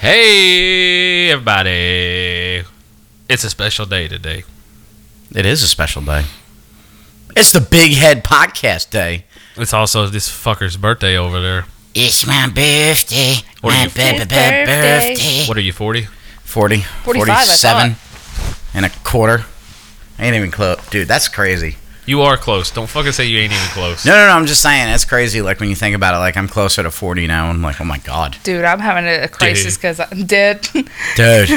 Hey, everybody. It's a special day today. It is a special day. It's the Big Head Podcast Day. It's also this fucker's birthday over there. It's my birthday. What are you- bu- bu- bu- Birthday. What are you, 40? 40, 45, I 47 and a quarter. I ain't even close. Dude, that's crazy. You are close. Don't fucking say you ain't even close. No, no, no. I'm just saying. That's crazy. Like, when you think about it, like, I'm closer to 40 now. I'm like, oh my God. Dude, I'm having a a crisis because I'm dead. Dude,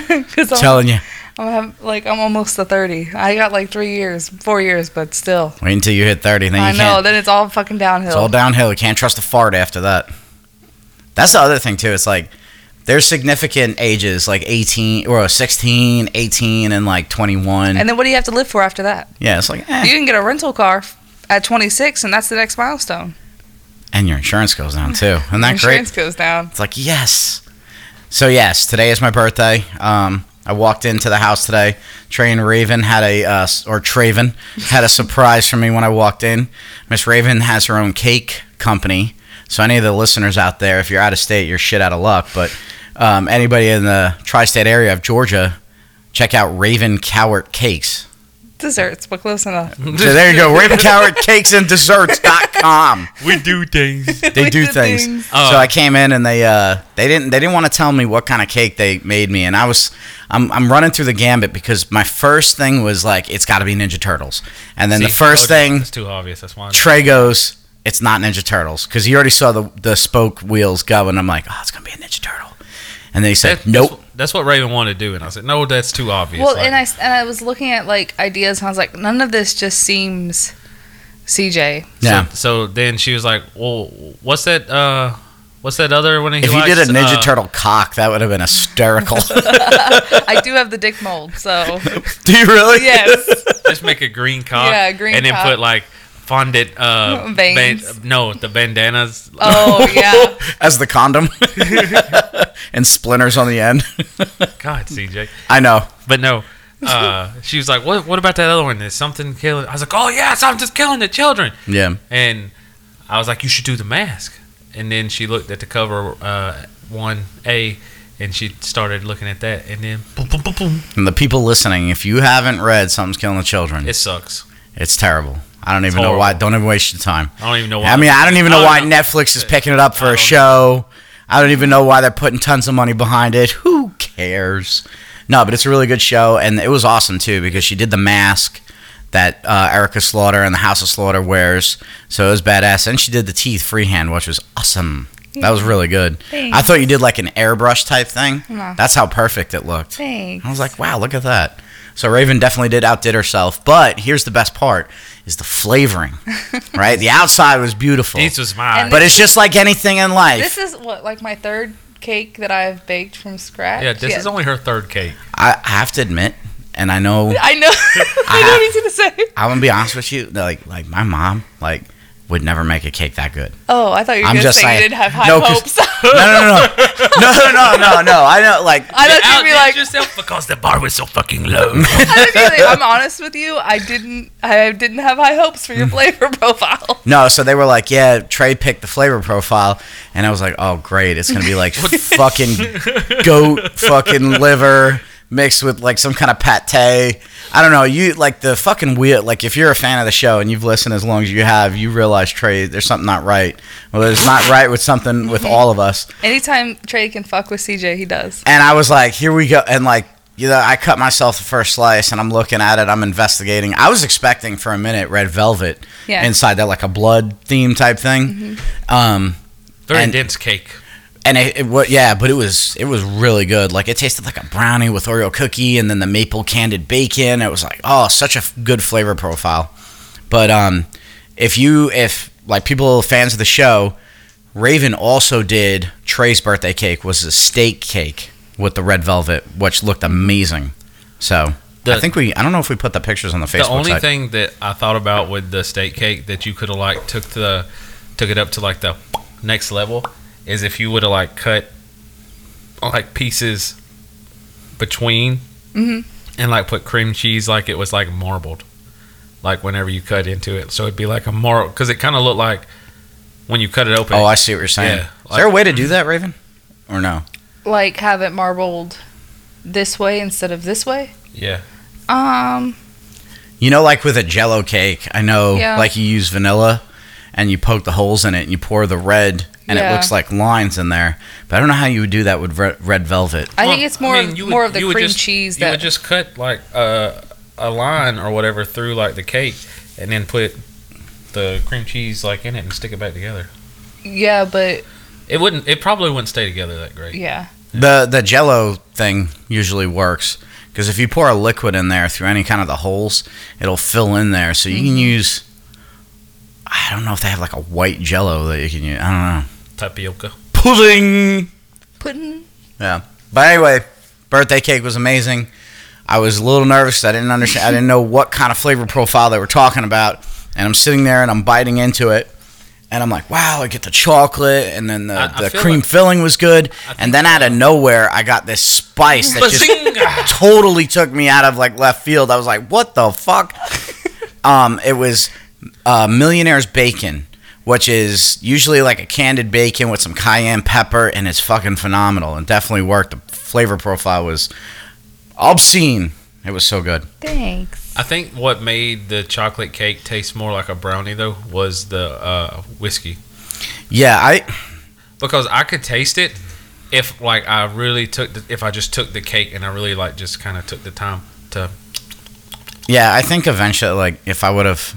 Because I'm, telling you. I'm hav- like I'm almost to thirty. I got like three years, four years, but still. Wait until you hit 30. Then you I know. can't. Then it's all fucking downhill. It's all downhill. You can't trust a fart after that. That's the other thing, too. It's like there's significant ages, like 18, or 16, 18, and like 21. and then what do you have to live for after that? yeah, it's like, eh. You can get a rental car f- at 26, and that's the next milestone. and your insurance goes down, too. Isn't that great? Insurance goes down. It's like, yes. So, yes, today is my birthday. Um, I walked into the house today. Trey and Raven had a, uh, s- or Traven had a surprise for me when I walked in. Miss Raven has her own cake company. So, any of the listeners out there, if you're out of state, you're shit out of luck. But um, anybody in the tri state area of Georgia, check out Raven Cowart Cakes. Desserts, but close enough. So, there you go, Raven Cowart Cakes and Desserts.com We do things. they Like do the things. things. Oh. So I came in and they uh, they didn't they didn't want to tell me what kind of cake they made me, and I was I'm, I'm running through the gambit because my first thing was like it's got to be Ninja Turtles, and then the first thing It's too obvious. That's why. Trey goes it's not Ninja Turtles because he already saw the the spoke wheels go, and I'm like oh it's gonna be a Ninja Turtle, and then he said That- nope. That's, that's what Raven wanted to do. And I said, no, that's too obvious. Well, Like, and I s- and I was looking at like ideas, and I was like, none of this just seems CJ. yeah. So, so then she was like, well, what's that, uh, what's that other one he if you likes? did a Ninja Uh, Turtle cock, that would have been hysterical. I do have the dick mold, so Do you really? yes. Just make a green cock. Yeah, green And then cock. put like fondant, uh, Veins. ban- no, the bandanas. Oh yeah. As the condom and splinters on the end. God, CJ. I know. But no, uh, she was like, "What? What about that other one? Is something killing?" I was like, "Oh yeah, something's killing the children." Yeah. And I was like, "You should do the mask." And then she looked at the cover uh, one A, and she started looking at that, and then boom, boom, boom, boom. And the people listening, if you haven't read Something's Killing the Children, It it's, sucks. terrible. I don't even know horrible. why. Don't even waste your time. I don't even know why. I mean, I don't even know I why don't Netflix is picking it up I for a don't show. I don't even know why they're putting tons of money behind it. Who cares? No, but it's a really good show, and it was awesome too because she did the mask that uh, Erica Slaughter and the House of Slaughter wears, so it was badass. And she did the teeth freehand, which was awesome. That was really good. I thought you did like an airbrush type thing. No. That's how perfect it looked. Thanks. I was like, wow, look at that. So Raven definitely did outdid herself. But here's the best part is the flavoring. right? The outside was beautiful. This was mine. And- But it's just like anything in This life. is what like my third cake that I've baked from scratch. Yeah, this is only her third cake. I, I have to admit, and I know I know. I know what he's gonna say. I'm gonna be honest with you, that, like like my mom, like would never make a cake that good. Oh, I thought you were I'm gonna just say saying. you didn't have high No, 'cause- hopes. No, no, no, no, no, no, no, no. I know, like, I thought you'd be Outdid like, yourself because the bar was so fucking low. I thought you'd be like, I'm honest with you. I didn't. I didn't have high hopes for your flavor profile. no. So they were like, yeah, Trey picked the flavor profile, and I was like, oh great, it's gonna be like fucking goat fucking liver mixed with like some kind of pate. I don't know. You like the fucking weird. Like if you're a fan of the show and you've listened as long as you have, you realize Trey, there's something not right. Well, there's not right with something with all of us. Anytime Trey can fuck with CJ, he does. And I was like, here we go. And like, you know, I cut myself the first slice and I'm looking at it. I'm investigating. I was expecting for a minute red velvet Yeah. inside that, like a blood theme type thing. Um, Very And- dense cake. and it, it wa yeah, but it was it was really good. Like it tasted like a brownie with Oreo cookie, and then the maple candied bacon. It was like oh, such a f- good flavor profile. But um, if you if like people fans of the show, Raven also did Trey's birthday cake was a steak cake with the red velvet, which looked amazing. So I The- think we I don't know if we put the pictures on the Facebook the only site. thing that I thought about with the steak cake that you could have like took the took it up to like the next level is if you would have like cut like pieces between Mhm. and like put cream cheese like it was like marbled like whenever you cut into it so it'd be like a marble because it kind of looked like when you cut it open oh, I see what you're saying. Yeah, mm-hmm. Is there a way to do that, Raven? Or no? like have it marbled this way instead of this way. Yeah. Um, You know, like with a jello cake, I know, Yeah. like you use vanilla and you poke the holes in it and you pour the red and Yeah. it looks like lines in there. But I don't know how you would do that with re- red velvet. I Well, think it's more mean, of, you more would- of the you would cream just- cheese You would that just cut like a a line or whatever through like the cake, and then put the cream cheese like in it and stick it back together. yeah, but It wouldn't. It probably wouldn't stay together that great. yeah, The the jello thing usually works because if you pour a liquid in there through any kind of the holes, it'll fill in there. So you can Mm-hmm. use. I don't know if they have like a white jello that you can use. I don't know. Tapioca. Pudding. pudding. But anyway, birthday cake was amazing. I was a little nervous. I didn't understand. I didn't know what kind of flavor profile they were talking about. And I'm sitting there and I'm biting into it, and I'm like, "Wow!" I get the chocolate, and then the, I- I the feel cream like- filling was good. I think- And then out of nowhere, I got this spice that just Bazinga! totally took me out of like left field. I was like, "What the fuck?" um, it was uh, Millionaire's Bacon, which is usually like a candied bacon with some cayenne pepper, and it's fucking phenomenal and definitely worked. The flavor profile was obscene. It was so good. Thanks. I think what made the chocolate cake taste more like a brownie though was the uh, whiskey Yeah, I because I could taste it if like I really took the, if I just took the cake and I really like just kind of took the time to yeah, I think eventually, like if I would have,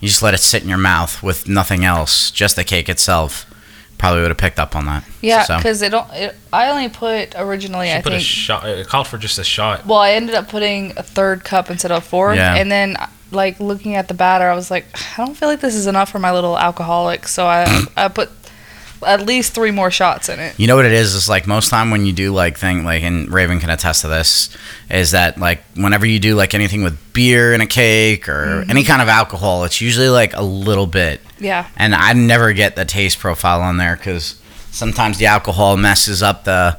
you just let it sit in your mouth with nothing else, just the cake itself, probably would have picked up on that. Yeah, So- because it don't. It, I only put originally. she I put a think shot. It called for just a shot. Well, I ended up putting a third cup instead of a fourth, Yeah. and then like looking at the batter, I was like, I don't feel like this is enough for my little alcoholic, so I I put at least three more shots in it. You know what it is? It's like most time when you do like thing like and Raven can attest to this is that like whenever you do like anything with beer and a cake or Mm-hmm. any kind of alcohol, it's usually like a little bit. Yeah, And I never get the taste profile on there because sometimes the alcohol messes up the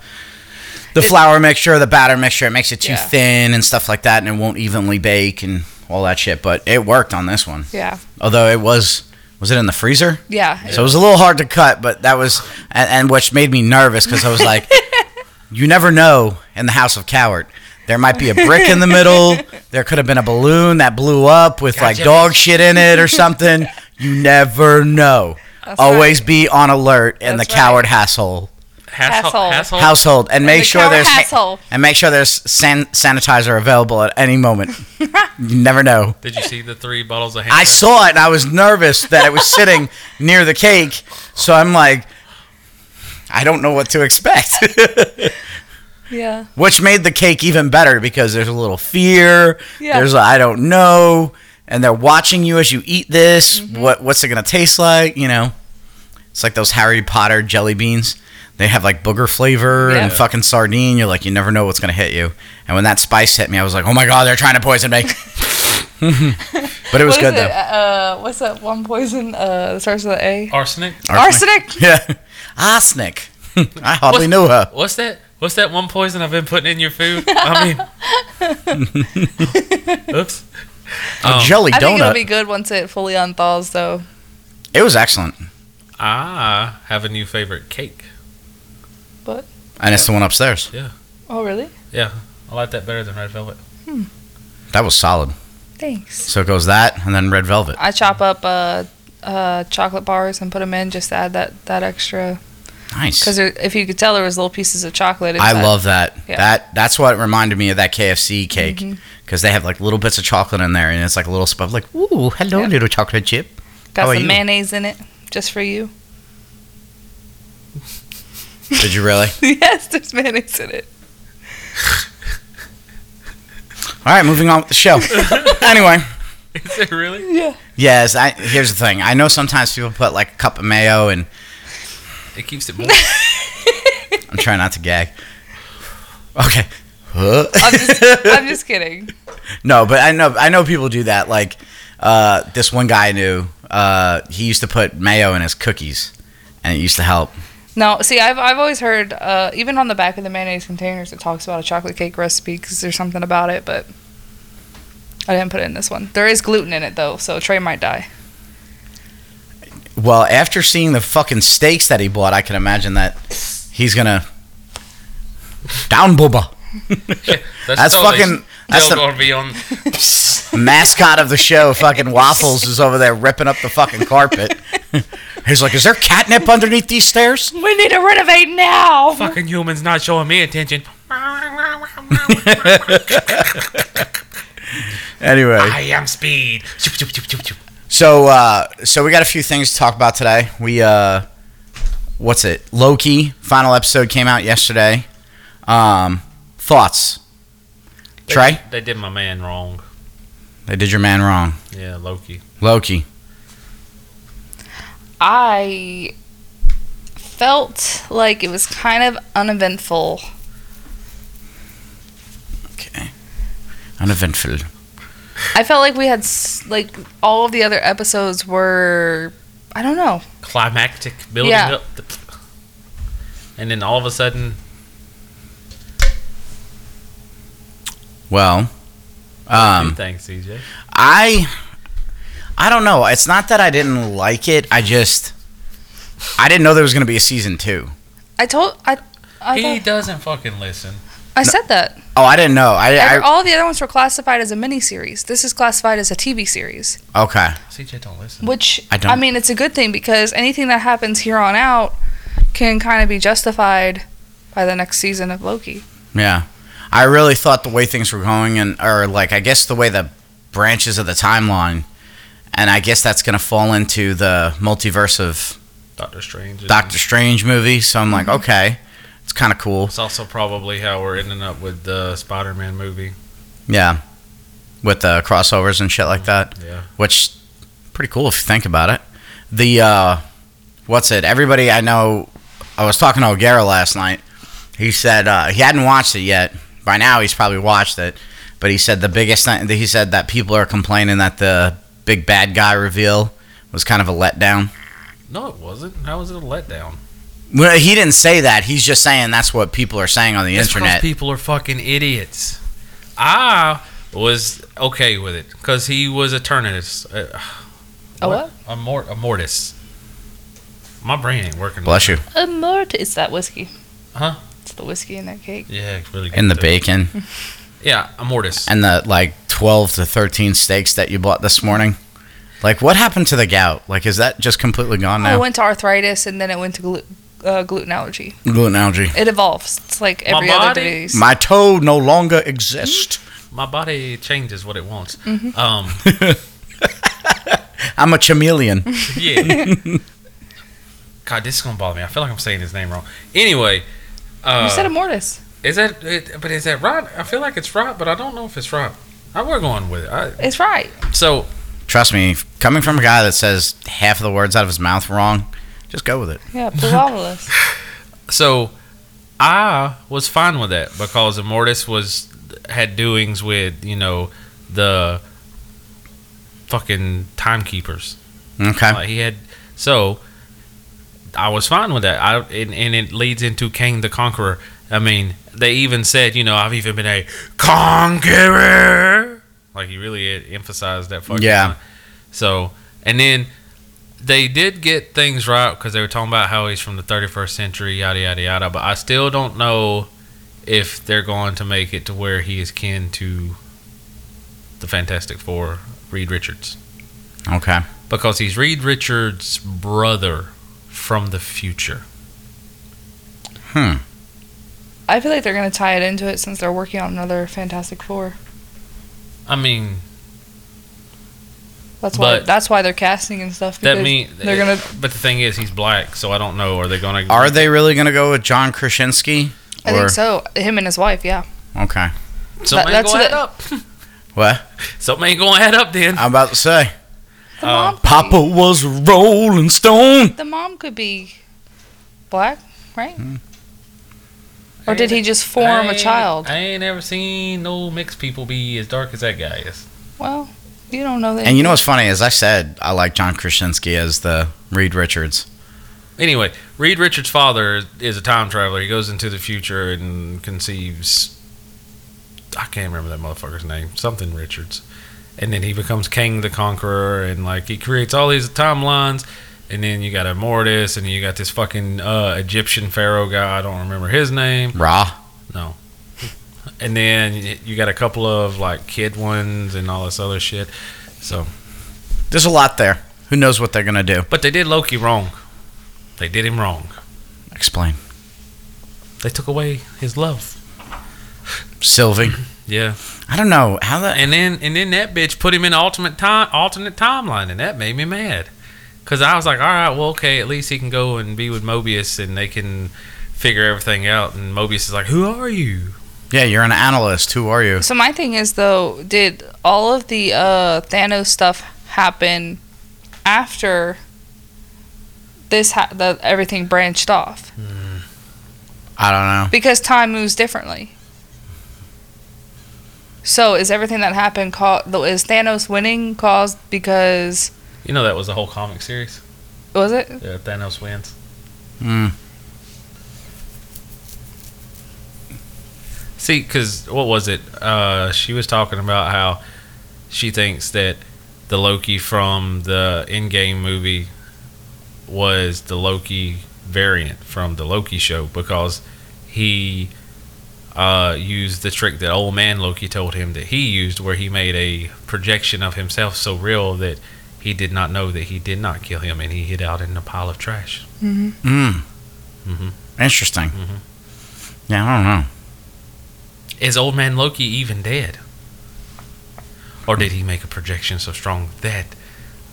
the It- flour mixture, the batter mixture. It makes it too Yeah. thin and stuff like that, and it won't evenly bake and all that shit. But it worked on this one, yeah, although it was was it in the freezer? yeah. So it was a little hard to cut, but that was, and, and which made me nervous because I was like, you never know in the House of Coward. There might be a brick in the middle. There could have been a balloon that blew up with like Gotcha. dog shit in it or something. You never know. That's Always be on alert in That's the right. coward household. Hassle. Asshole. Hassle. Household, and make the sure coward there's asshole. and make sure there's san- sanitizer available at any moment. you never know. Did you see the three bottles of? I hand- saw it and I was nervous that it was sitting near the cake. So I'm like, I don't know what to expect. yeah, Which made the cake even better because there's a little fear. Yeah. There's a, I don't know. And they're watching you as you eat this. Mm-hmm. What what's it gonna taste like? You know? It's like those Harry Potter jelly beans. They have like booger flavor Yeah. and fucking sardine. You're like, you never know what's gonna hit you. And when that spice hit me, I was like, oh my god, they're trying to poison me. but it was What is good it? though. Uh, what's that one poison? Uh, that starts with an A. Arsenic. Arsenic. Yeah. Arsenic. I hardly What? knew her. What's that? What's that one poison I've been putting in your food? I mean, oops. A Um, jelly Oh. I think it'll donut. be good once it fully unthaws, though. it was excellent. I have a new favorite cake. And it's the one upstairs. Oh, really? Yeah, I like that better than red velvet. That was solid. Thanks. So it goes that and then red velvet. I chop up uh, uh, chocolate bars and put them in just to add that that extra Nice. Because if you could tell, there was little pieces of chocolate. I inside. love that. Yeah. That that's what reminded me of that KFC cake Mhm. because they have like little bits of chocolate in there and it's like a little spot like ooh hello Yeah. little chocolate chip. Got How are some you? mayonnaise in it, just for you. Did you really? yes, there's mayonnaise in it. All right, moving on with the show. anyway, Is it really? Yeah. yes. I, here's the thing. I know sometimes people put like a cup of mayo and It keeps it warm. I'm trying not to gag. Okay. Huh? I'm just, I'm just kidding. No, but I know I know people do that. Like uh, this one guy I knew, uh, he used to put mayo in his cookies, and it used to help. No, see, I've, I've always heard, uh, even on the back of the mayonnaise containers, it talks about a chocolate cake recipe because there's something about it, but I didn't put it in this one. There is gluten in it, though, so Trey might die. Well, after seeing the fucking steaks that he bought, I can imagine that he's gonna Down, Booba. That's totally fucking- that's still the- gonna be on. Mascot of the show, fucking Waffles, is over there ripping up the fucking carpet. He's like, is there catnip underneath these stairs? We need to renovate now. Fucking humans not showing me attention. Anyway. I am speed. Chup, chup, chup, chup, chup. So uh, so we got a few things to talk about today. We uh, what's it? Loki final episode came out yesterday. Um, thoughts? They- Trey, They did my man wrong. they did your man wrong. Yeah, Loki. Loki. I felt like it was kind of uneventful. Okay. Uneventful. I felt like we had s- like all of the other episodes were I don't know. Climactic building Yeah. up. The, and then all of a sudden, Well, two um, things, CJ. I I don't know. It's not that I didn't like it. I just I didn't know there was gonna be a season two. I told I I, He thought- doesn't fucking listen. I said that. Oh, I didn't know. I, Every- I all the other ones were classified as a miniseries. This is classified as a TV series. okay. CJ don't listen. Which I I, don't- mean, it's a good thing because anything that happens here on out can kind of be justified by the next season of Loki. Yeah. I really thought the way things were going and or like I guess the way the branches of the timeline and I guess that's going to fall into the multiverse of Doctor Strange. is- Doctor Strange movie, so I'm like, okay. It's kind of cool. It's also probably how we're ending up with the Spider-Man movie. Yeah. With the crossovers and shit like that, Yeah. which pretty cool if you think about it. The uh what's it? Everybody I know I was talking to O'Gara last night. He said uh, he hadn't watched it yet. By now, he's probably watched it. But he said the biggest thing. He said that people are complaining that the big bad guy reveal was kind of a letdown. No, it wasn't. How was it a letdown? Well, he didn't say that. He's just saying that's what people are saying on the It's 'cause internet. people are fucking idiots. I was okay with it because he was a Turnus. Uh, A what? A, mor- a mortis. My brain ain't working. Bless you. A mort is that whiskey. Huh? It's the whiskey in that cake. Yeah, it's really good. And the though. bacon Yeah, a mortis. and the like twelve to thirteen steaks that you bought this morning. Like, what happened to the gout? Like, is that just completely gone I now? Oh, went to arthritis and then it went to glu- uh, gluten allergy. Gluten allergy. It evolves. It's like My every other body- disease. My toe no longer exists. My body changes what it wants. Mm-hmm. Um, I'm a chameleon. yeah. God, this is gonna bother me. I feel like I'm saying his name wrong. Anyway, uh, you said a mortis. is that? It, but is that right? I feel like it's right, but I don't know if it's right. I we're going with it. I, It's right. so Trust me, coming from a guy that says half of the words out of his mouth wrong, just go with it. Yeah, pluralist. So I was fine with that because Immortus was had doings with, you know, the fucking timekeepers. Okay. Like he had so I was fine with that. I and, and it leads into Kang the Conqueror. I mean, they even said, you know, I've even been a conqueror. Like he really e, emphasized that fucking Yeah. line. So and then they did get things right because they were talking about how he's from the 31st century, yada yada yada. But I still don't know if they're going to make it to where he is kin to the Fantastic Four, Reed Richards Okay. because he's Reed Richards' brother from the future. Hmm. I feel like they're gonna tie it into it since they're working on another Fantastic Four. I mean, That's why. But- that's why they're casting and stuff. that because mean eh, they're gonna. But the thing is, he's black, so I don't know. Are they gonna? Are they really going to go with John Krasinski? I think so. Him and his wife. Yeah. Okay. Something That- ain't gonna add that's up. What? Something ain't gonna add up then. I'm about to say. The Oh. mom. could be- Papa was a rolling stone. The mom could be black, right? Or did he just form Hmm. I a ain't- child? I ain't ever seen no mixed people be as dark as that guy is. Well, you don't know that. And you know what's funny? As I said, I like John Krasinski as the Reed Richards. Anyway, Reed Richards' father is a time traveler. He goes into the future and conceives. I can't remember that motherfucker's name. Something Richards. And then he becomes King the Conqueror, and like he creates all these timelines. And then you got a Mortis, and you got this fucking uh, Egyptian pharaoh guy. I don't remember his name. Raw. No, and then y- you got a couple of like kid ones and all this other shit. So, There's a lot there. Who knows what they're gonna do? but they did Loki wrong. They did him wrong. Explain, They took away his love. Sylvie. Yeah, I don't know how that. and then and then that bitch put him in ultimate time alternate timeline, and that made me mad. Cause I was like, all right, well, okay, at least he can go and be with Mobius, and they can figure everything out. And Mobius is like, who are you? Yeah, you're an analyst. Who are you? So my thing is though, did all of the uh, Thanos stuff happen after this ha- the, everything branched off? I don't know. Because time moves differently. So is everything that happened caused? Is Thanos winning caused because You know that was the whole comic series. was it? Yeah, Thanos wins. Mm. See, because what was it? Uh, she was talking about how she thinks that the Loki from the in-game movie was the Loki variant from the Loki show because he uh, used the trick that old man Loki told him that he used, where he made a projection of himself so real that he did not know that he did not kill him, and he hid out in a pile of trash. Mm. Mhm. Interesting. Mhm. Yeah, I don't know. Is old man Loki even dead? Or did he make a projection so strong that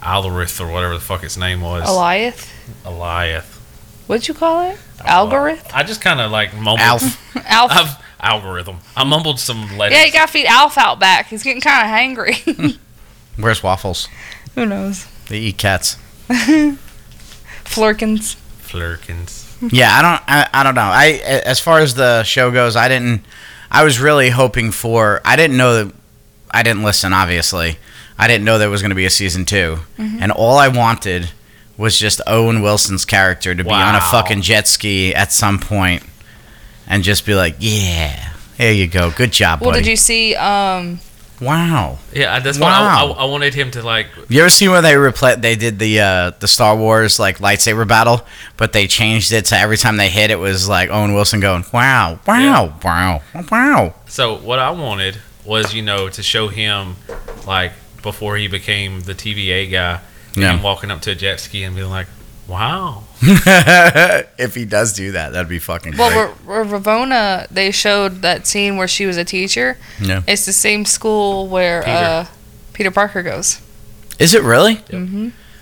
Alorith or whatever the fuck its name was, Eliath? Eliath. What'd you call it? Algorithm? I just kind of like mumbled. Alf. Alf. I've, algorithm. I mumbled some letters. yeah, you gotta feed Alf out back. He's getting kind of hangry. Where's waffles? Who knows? They eat cats. Flurkins. Flurkins. Yeah, I don't. I, I don't know. I a- as far as the show goes, I didn't. I was really hoping for. I didn't know that. I didn't listen. Obviously, I didn't know there was going to be a season 2 Mm-hmm. and all I wanted was just Owen Wilson's character to be on a Wow. fucking jet ski at some point and just be like, "Yeah, there you go, good job, Well, buddy." did you see? Um, wow. Yeah, I- that's why I- Wow. I, I wanted him to like. You ever seen where they repla they did the uh, the Star Wars like lightsaber battle, but they changed it to every time they hit it was like Owen Wilson going wow wow wow wow. So what I wanted was you know to show him like before he became the TVA guy, Yeah. him walking up to a jet ski and being like, "Wow, if he does do that, that'd be fucking great. well, R- R- Ravona, they showed that scene where she was a teacher. Yeah. It's the same school where Peter. Uh, Peter Parker goes. Is it really?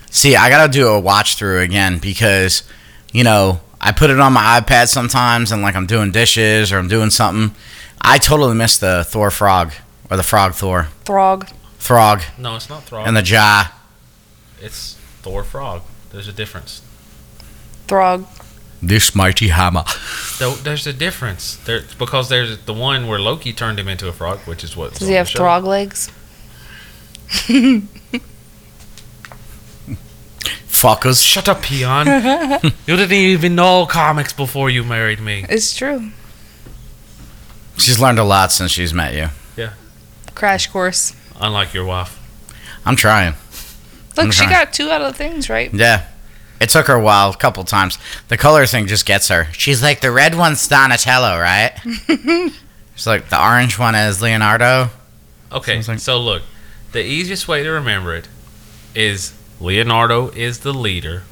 See, I gotta do a watch through again because, you know, I put it on my iPad sometimes, and like I'm doing dishes or I'm doing something. I totally missed the Thor frog or the frog Thor Throg. frog no, it's not Throg, and the jaw. it's Thor Frog." There's a difference. Throg. This mighty hammer. Though there's a difference there because there's the one where Loki turned him into a frog, which is what. Does he have Throg legs? Fuckers. Shut up, peon! you didn't even know comics before you married me. It's true. She's learned a lot since she's met you. Crash course. Unlike your wife. I'm trying. Look, she Okay. got two out of the things right. Yeah. It took her a while, a couple times. The color thing just gets her. She's like, the red one's Donatello, right? She's like, the orange one is Leonardo. Okay, Sounds like- so look, the easiest way to remember it is Leonardo is the leader.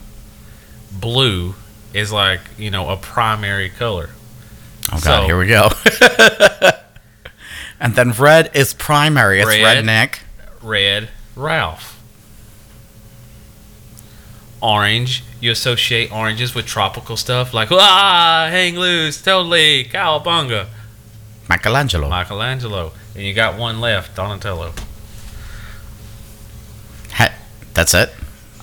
Blue is like you know a primary color. Oh, God, So- here we go. and then red is primary. It's Red. redneck. Red, Ralph. Orange, you associate oranges with tropical stuff like ah, hang loose, totally, cowabunga. Michelangelo. Michelangelo. And you got one left, Donatello. That's it.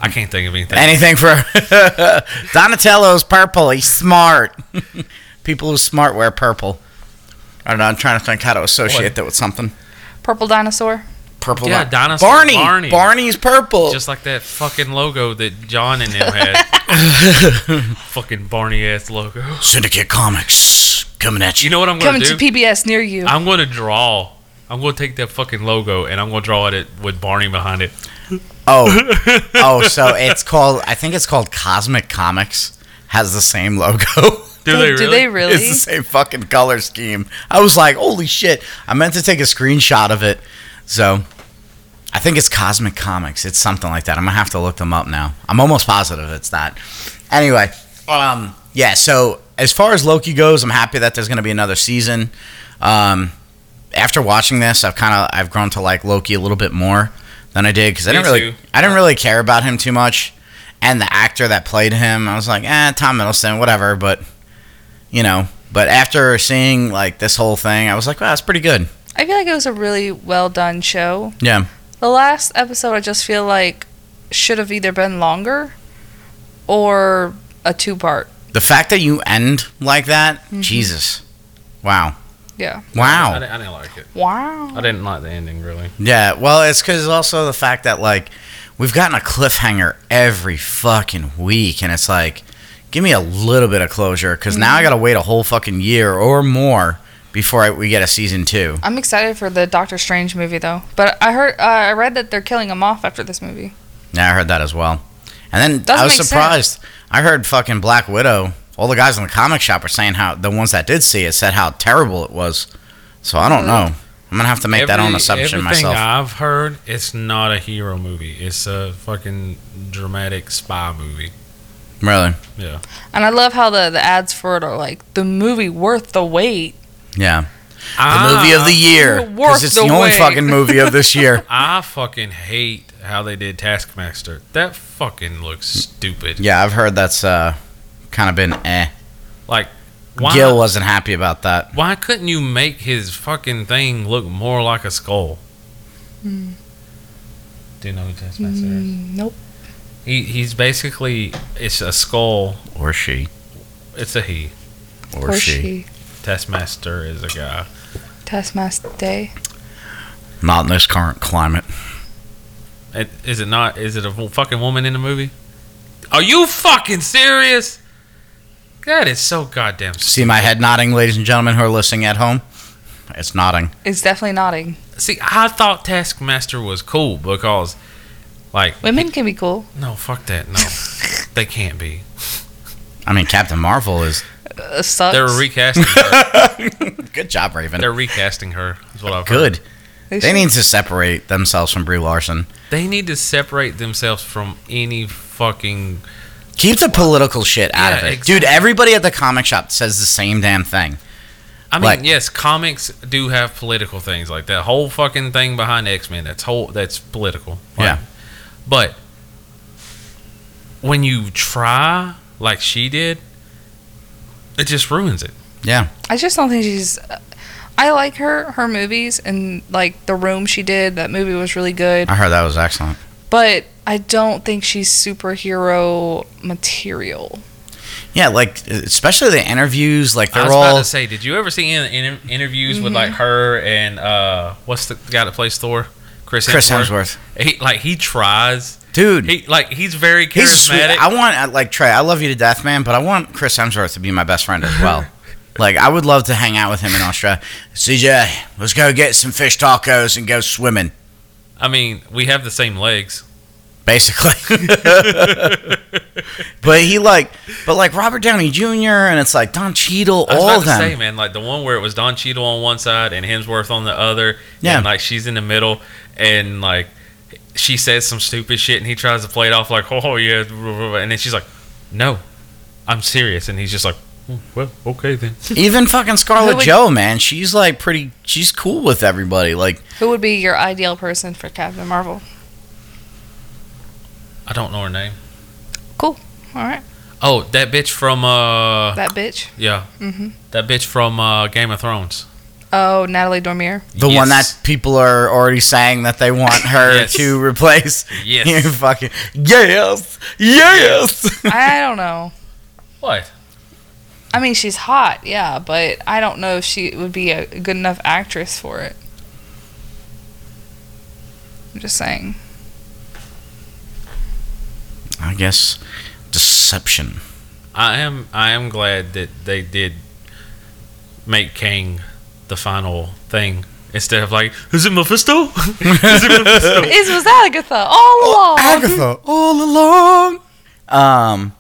I can't think of anything. Anything for Donatello's purple. He's smart. People who smart wear purple. I don't know. I'm trying to think how to associate What? that with something. Purple dinosaur. Purple. Yeah, di- dinosaur, Barney. Barney. Barney's purple. Just like that fucking logo that John and them had. fucking Barney ass logo. Syndicate Comics coming at You know what I'm gonna Coming do? to PBS near you. I'm gonna draw. I'm gonna take that fucking logo and I'm gonna draw it with Barney behind it. Oh, oh. So it's called. I think it's called Cosmic Comics. Has the same logo. Do they really? Do they really? It's the same fucking color scheme. I was like, holy shit. I meant to take a screenshot of it. So I think it's Cosmic Comics. It's something like that. I'm going to have to look them up now. I'm almost positive it's that. Anyway, um, yeah, so as far as Loki goes, I'm happy that there's going to be another season. Um, after watching this, I've kind of I've grown to like Loki a little bit more than I did because I Me didn't really too. I didn't really care about him too much, and the actor that played him, I was like, eh, Tom Hiddleston, whatever. But you know, but after seeing like this whole thing, I was like, wow, that's pretty good. I feel like it was a really well done show. Yeah. The last episode, I just feel like should have either been longer or a two part. The fact that you end like that, Jesus, wow, Yeah. I, wow, didn't, I didn't like it. Wow. I didn't like the ending really. yeah. Well, it's because also the fact that like we've gotten a cliffhanger every fucking week, and it's like, give me a little bit of closure because now I gotta wait a whole fucking year or more before I, we get a season two. I'm excited for the Doctor Strange movie though. But I heard uh, I read that they're killing him off after this movie. Yeah, I heard that as well. And then I Doesn't was make surprised. I heard fucking Black Widow. All the guys in the comic shop are saying how the ones that did see it said how terrible it was. So I don't know. I'm gonna have to make that own Every- assumption everything myself. I've heard, it's not a hero movie. It's a fucking dramatic spy movie. really? Yeah. And I love how the, the ads for it are like the movie worth the wait. Yeah. The movie of the year because worth it's the the, only wait. fucking movie of this year. Ah, I fucking hate how they did Taskmaster. That fucking looks stupid. yeah, I've heard that's uh, kind of been eh. Like, why? Gil wasn't happy about that. why couldn't you make his fucking thing look more like a skull? Do you know who Taskmaster Mm. is? Mm-hmm. Nope. He, he's basically it's a skull. Or she. It's a he. Or, she. Taskmaster is a guy. Taskmaster Day. Not in this current climate. It, is it not? Is it a wo- fucking woman in the movie? Are you fucking serious? That is so goddamn. s- See my head nodding, ladies and gentlemen who are listening at home. It's nodding. It's definitely nodding. See, I thought Taskmaster was cool because, like, Women can be cool. no, fuck that, no, they can't be. I mean, Captain Marvel is Uh, sucks. They're recasting. Her. Good job, Raven. They're recasting her. Is what I've heard. good. They They should- need to separate themselves from Brie Larson. They need to separate themselves from any fucking. Keep the political shit out Yeah, of it. exactly. Dude, everybody at the comic shop says the same damn thing. I mean, Like- yes, comics do have political things like that whole fucking thing behind X Men. That's whole. That's political. Like, Yeah. But when you try like she did, it just ruins it. Yeah. I just don't think she's. I like her her movies and like the room she did. That movie was really good, I heard that was excellent. but I don't think she's superhero material. Yeah, like e-, especially the interviews, like I they're was about all to say, did you ever see any inter- interviews with like her and uh, what's the guy that plays Thor? Chris, Chris Hemsworth. He like he tries. Dude, He like he's very charismatic. he's sweet. I want uh, like Trey, I love you to death, man, but I want Chris Hemsworth to be my best friend as well. like I would love to hang out with him in Australia. CJ, let's go get some fish tacos and go swimming. I mean, we have the same legs. basically. but he like, but like Robert Downey Jr. and it's like Don Cheadle, I was all about of to them. say, man, like the one where it was Don Cheadle on one side and Hemsworth on the other. Yeah. And like she's in the middle, and like she says some stupid shit, and he tries to play it off like, oh yeah, and then she's like, no, I'm serious, and he's just like, "Oh, well, okay then. Even fucking Scarlett Who would- Joe, man, she's like pretty. She's cool with everybody. Like Who would be your ideal person for Captain Marvel? I don't know her name. All right, Oh, that bitch from uh, that bitch. yeah, Mm-hmm. that bitch from uh, Game of Thrones. Oh, Natalie Dormier. the one that people are already saying that they want her Yes. to replace. Yes. You fucking yes, yes. I don't know. What? I mean, she's hot, yeah, but I don't know if she would be a good enough actress for it. I'm just saying. I guess deception. I am I am glad that they did make Kang the final thing instead of like is it Mephisto? is it Mephisto? Is was Oh, Agatha all all along? along. Um,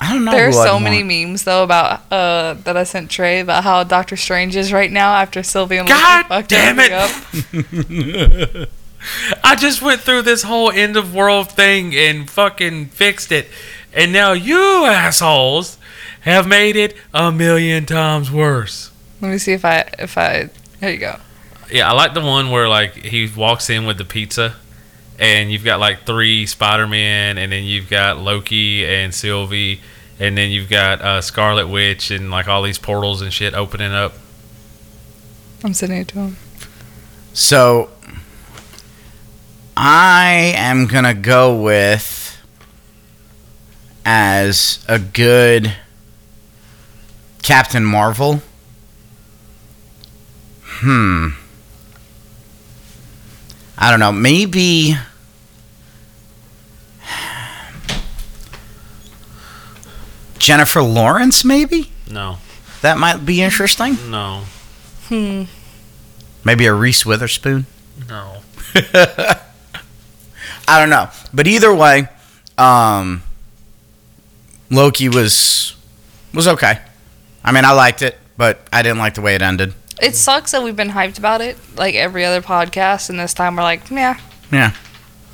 I don't know. There are who I'd so want. many memes though about uh that I sent Trey about how Doctor Strange is right now after Sylvian. God Loki fucked damn everything it. up. I just went through this whole end of world thing and fucking fixed it. And now you assholes have made it a million times worse. Let me see if I if I there you go. Yeah, I like the one where like he walks in with the pizza, and you've got like three Spider Man, and then you've got Loki and Sylvie, and then you've got uh, Scarlet Witch, and like all these portals and shit opening up. I'm sending it to him. So I am gonna go with as a good Captain Marvel. Hmm. I don't know. Maybe. Jennifer Lawrence, maybe? No, That might be interesting. no, Hmm. Maybe a Reese Witherspoon. no. I don't know. But either way, um, Loki was was okay. I mean, I liked it, but I didn't like the way it ended. It sucks that we've been hyped about it like every other podcast, and this time we're like, yeah, Yeah,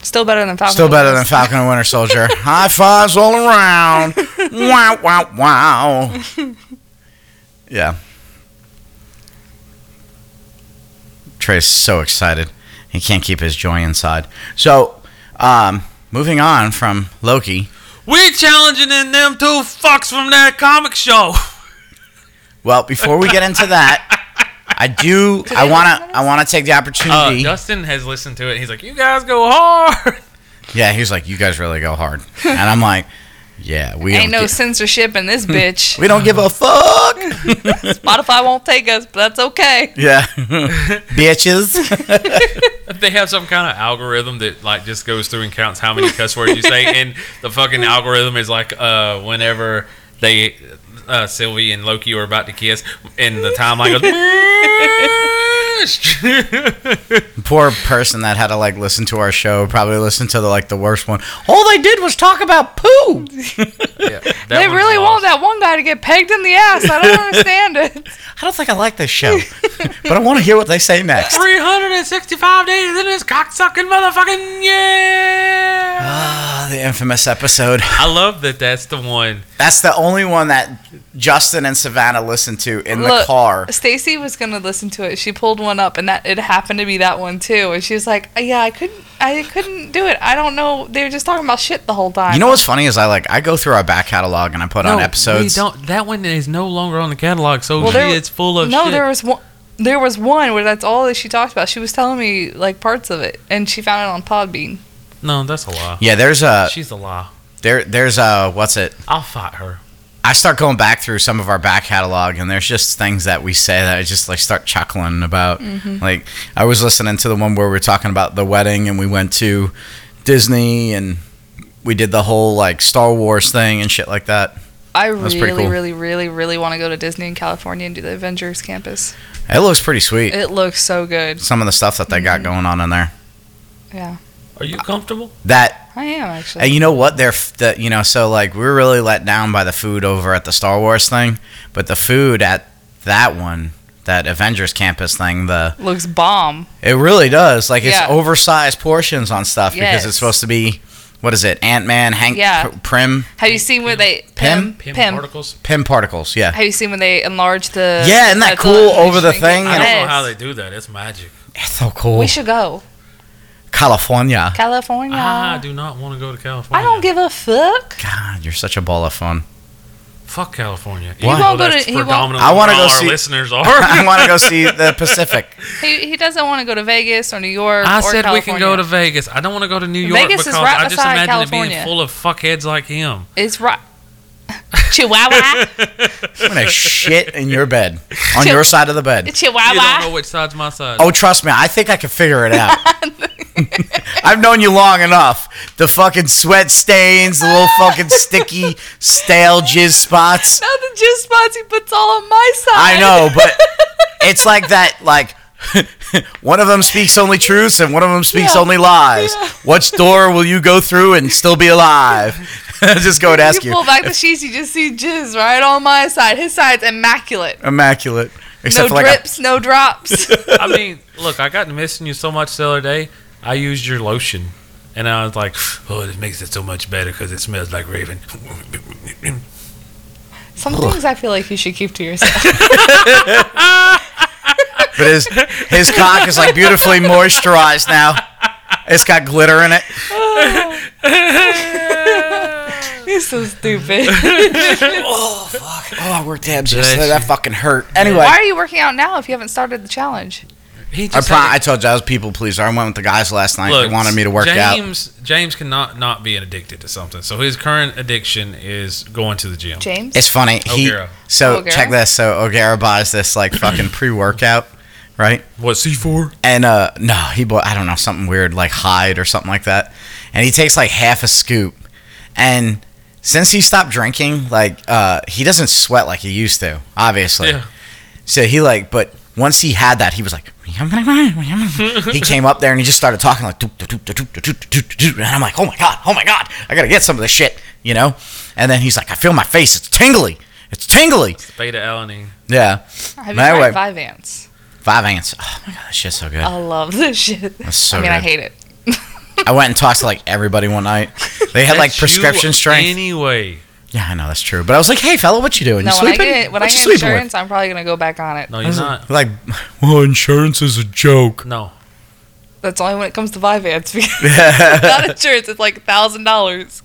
still better than Falcon. still better than Wars. Falcon and Winter Soldier. High fives all around. wow, wow, wow. Yeah. Trey's so excited. He can't keep his joy inside. So, um, moving on from Loki. We challenging in them two fucks from that comic show. Well, before we get into that, I do. I they wanna. listen to I wanna take the Uh, opportunity. Dustin has listened to it. He's like, "You guys go hard." yeah, he was like, "You guys really go hard," and I'm like, "Yeah, we Ain't don't. no gi- censorship in this bitch. we don't give a fuck." Spotify won't take us, but that's okay. yeah, bitches. They have some kind of algorithm that like just goes through and counts how many cuss words you say, and the fucking algorithm is like, uh, whenever they, uh, Sylvie and Loki are about to kiss, and the timeline goes. Poor person that had to like listen to our show. Probably listened to the like the worst one. All they did was talk about poo. Yeah, that They one's really lost. want that one guy to get pegged in the ass. I don't understand it. I don't think I like this show, but I want to hear what they say next. 365 days in this cocksucking motherfucking yeah. Ah, the infamous episode. I love that. That's the one. That's the only one that Justin and Savannah listened to in the Look, car. Stacy was gonna listen to it. She pulled one up, and that it happened to be that one too. And she was like, "Uh, "Yeah, I couldn't, I couldn't do it. I don't know. They were just talking about shit the whole time." You know what's funny is I like I go through our back catalog and I put on we episodes. don't. That one is no longer on the catalog, so Well, there- it's full of no, shit. there was one. There was one where that's all that she talked about. She was telling me like parts of it, and she found it on Podbean. no, that's a lie. Yeah, there's a She's a lie. there there's a what's it? I'll fight her. I start going back through some of our back catalog and there's just things that we say that I just like start chuckling about. Mm-hmm. Like I was listening to the one where we were talking about the wedding and we went to Disney and we did the whole like Star Wars thing and shit like that. I That's really, pretty cool. really, really, really want to go to Disney in California and do the Avengers campus. It looks pretty sweet. It looks so good. Some of the stuff that they got Mm-hmm. going on in there. Yeah, Are you comfortable? That I am actually. And you know what? They're f- the, you know so like we were really let down by the food over at the Star Wars thing, but the food at that one, that Avengers campus thing, the looks bomb. it really does like Yeah. it's oversized portions on stuff because Yes. it's supposed to be what is it? Ant Man, Hank Yeah. P- Prim, Have you seen where they Pym? Pim, particles. Pym particles. Yeah, Have you seen when they enlarge the? Yeah, isn't that the cool over the Illumination? thing? I I don't Yes. know how they do that. It's magic. it's so cool. We should go California. California. I do not want to go to Ah, California. I don't give a fuck. God, you're such a ball of fun. Fuck California. Even won't though go to- that's he won't- predominantly I wanna where go all our see- listeners I are. want to go see the Pacific. He, he doesn't want to go to Vegas or New York. I or said we can California. go to Vegas. I don't want to go to New York Vegas is because right I just beside imagine it California. being full of fuckheads like him. It's right. Chihuahua. I'm gonna shit in your bed on your side of the bed. You don't know Chihuahua. which side's my side. Oh, trust me, I think I can figure it out. I've known you long enough. The fucking sweat stains, the little fucking sticky, stale jizz spots. Now the juice spots he puts all on my side. I know, but it's like that, like. one of them speaks only truths and one of them speaks Yeah. only lies. Yeah. Which door will you go through and still be alive? just go and ask you. pull back the sheets, you just see jizz right on my side. His side's immaculate. immaculate. Except no for like a, drips, no drops. I mean, look, I got missing you so much the other day. I used your lotion, and I was like, "Oh, this makes it so much better because it smells like Raven." Some things I feel like you should keep to yourself. but his his cock is like beautifully moisturized now. It's got glitter in it. You're so stupid. Oh, I worked abs Bless yesterday. That fucking hurt. Anyway, Why are you working out now if you haven't started the challenge? He I, just pro- had I told you I was people pleaser. I went with the guys last night. Look, they wanted me to work out. James, James cannot not be addicted to something. So his current addiction is going to the gym. James? It's funny. He O'Gara. so O'Gara? check this. So O'Gara buys this like fucking pre-workout, right? What C four? And uh no, he bought I don't know something weird like hide or something like that. And he takes like half a scoop. And since he stopped drinking, like uh he doesn't sweat like he used to, obviously. Yeah. So he like, but once he had that, he was like, he came up there and he just started talking like, doop, doop, doop, doop, doop, doop, doop, doop, doop. and I'm like, oh my god, oh my god, I gotta get some of this shit, you know. And then he's like, I feel my face, it's tingly, it's tingly. Beta alanine. Yeah, Have you my tried way. Vyvanse? five ants. Oh my god, that shit's so good. I love this shit. That's so I mean, I good. hate it. I went and talked to like everybody one night. They had like That's prescription you strength. Anyway, yeah, I know that's true. But I was like, hey fella, what you doing? You No, when I sleeping? get when what I you get sleeping insurance, I'm probably gonna go back on it. no, you're not. with? Like, well, insurance is a joke. No, That's only when it comes to Vyvanse because without insurance, it's like thousand dollars.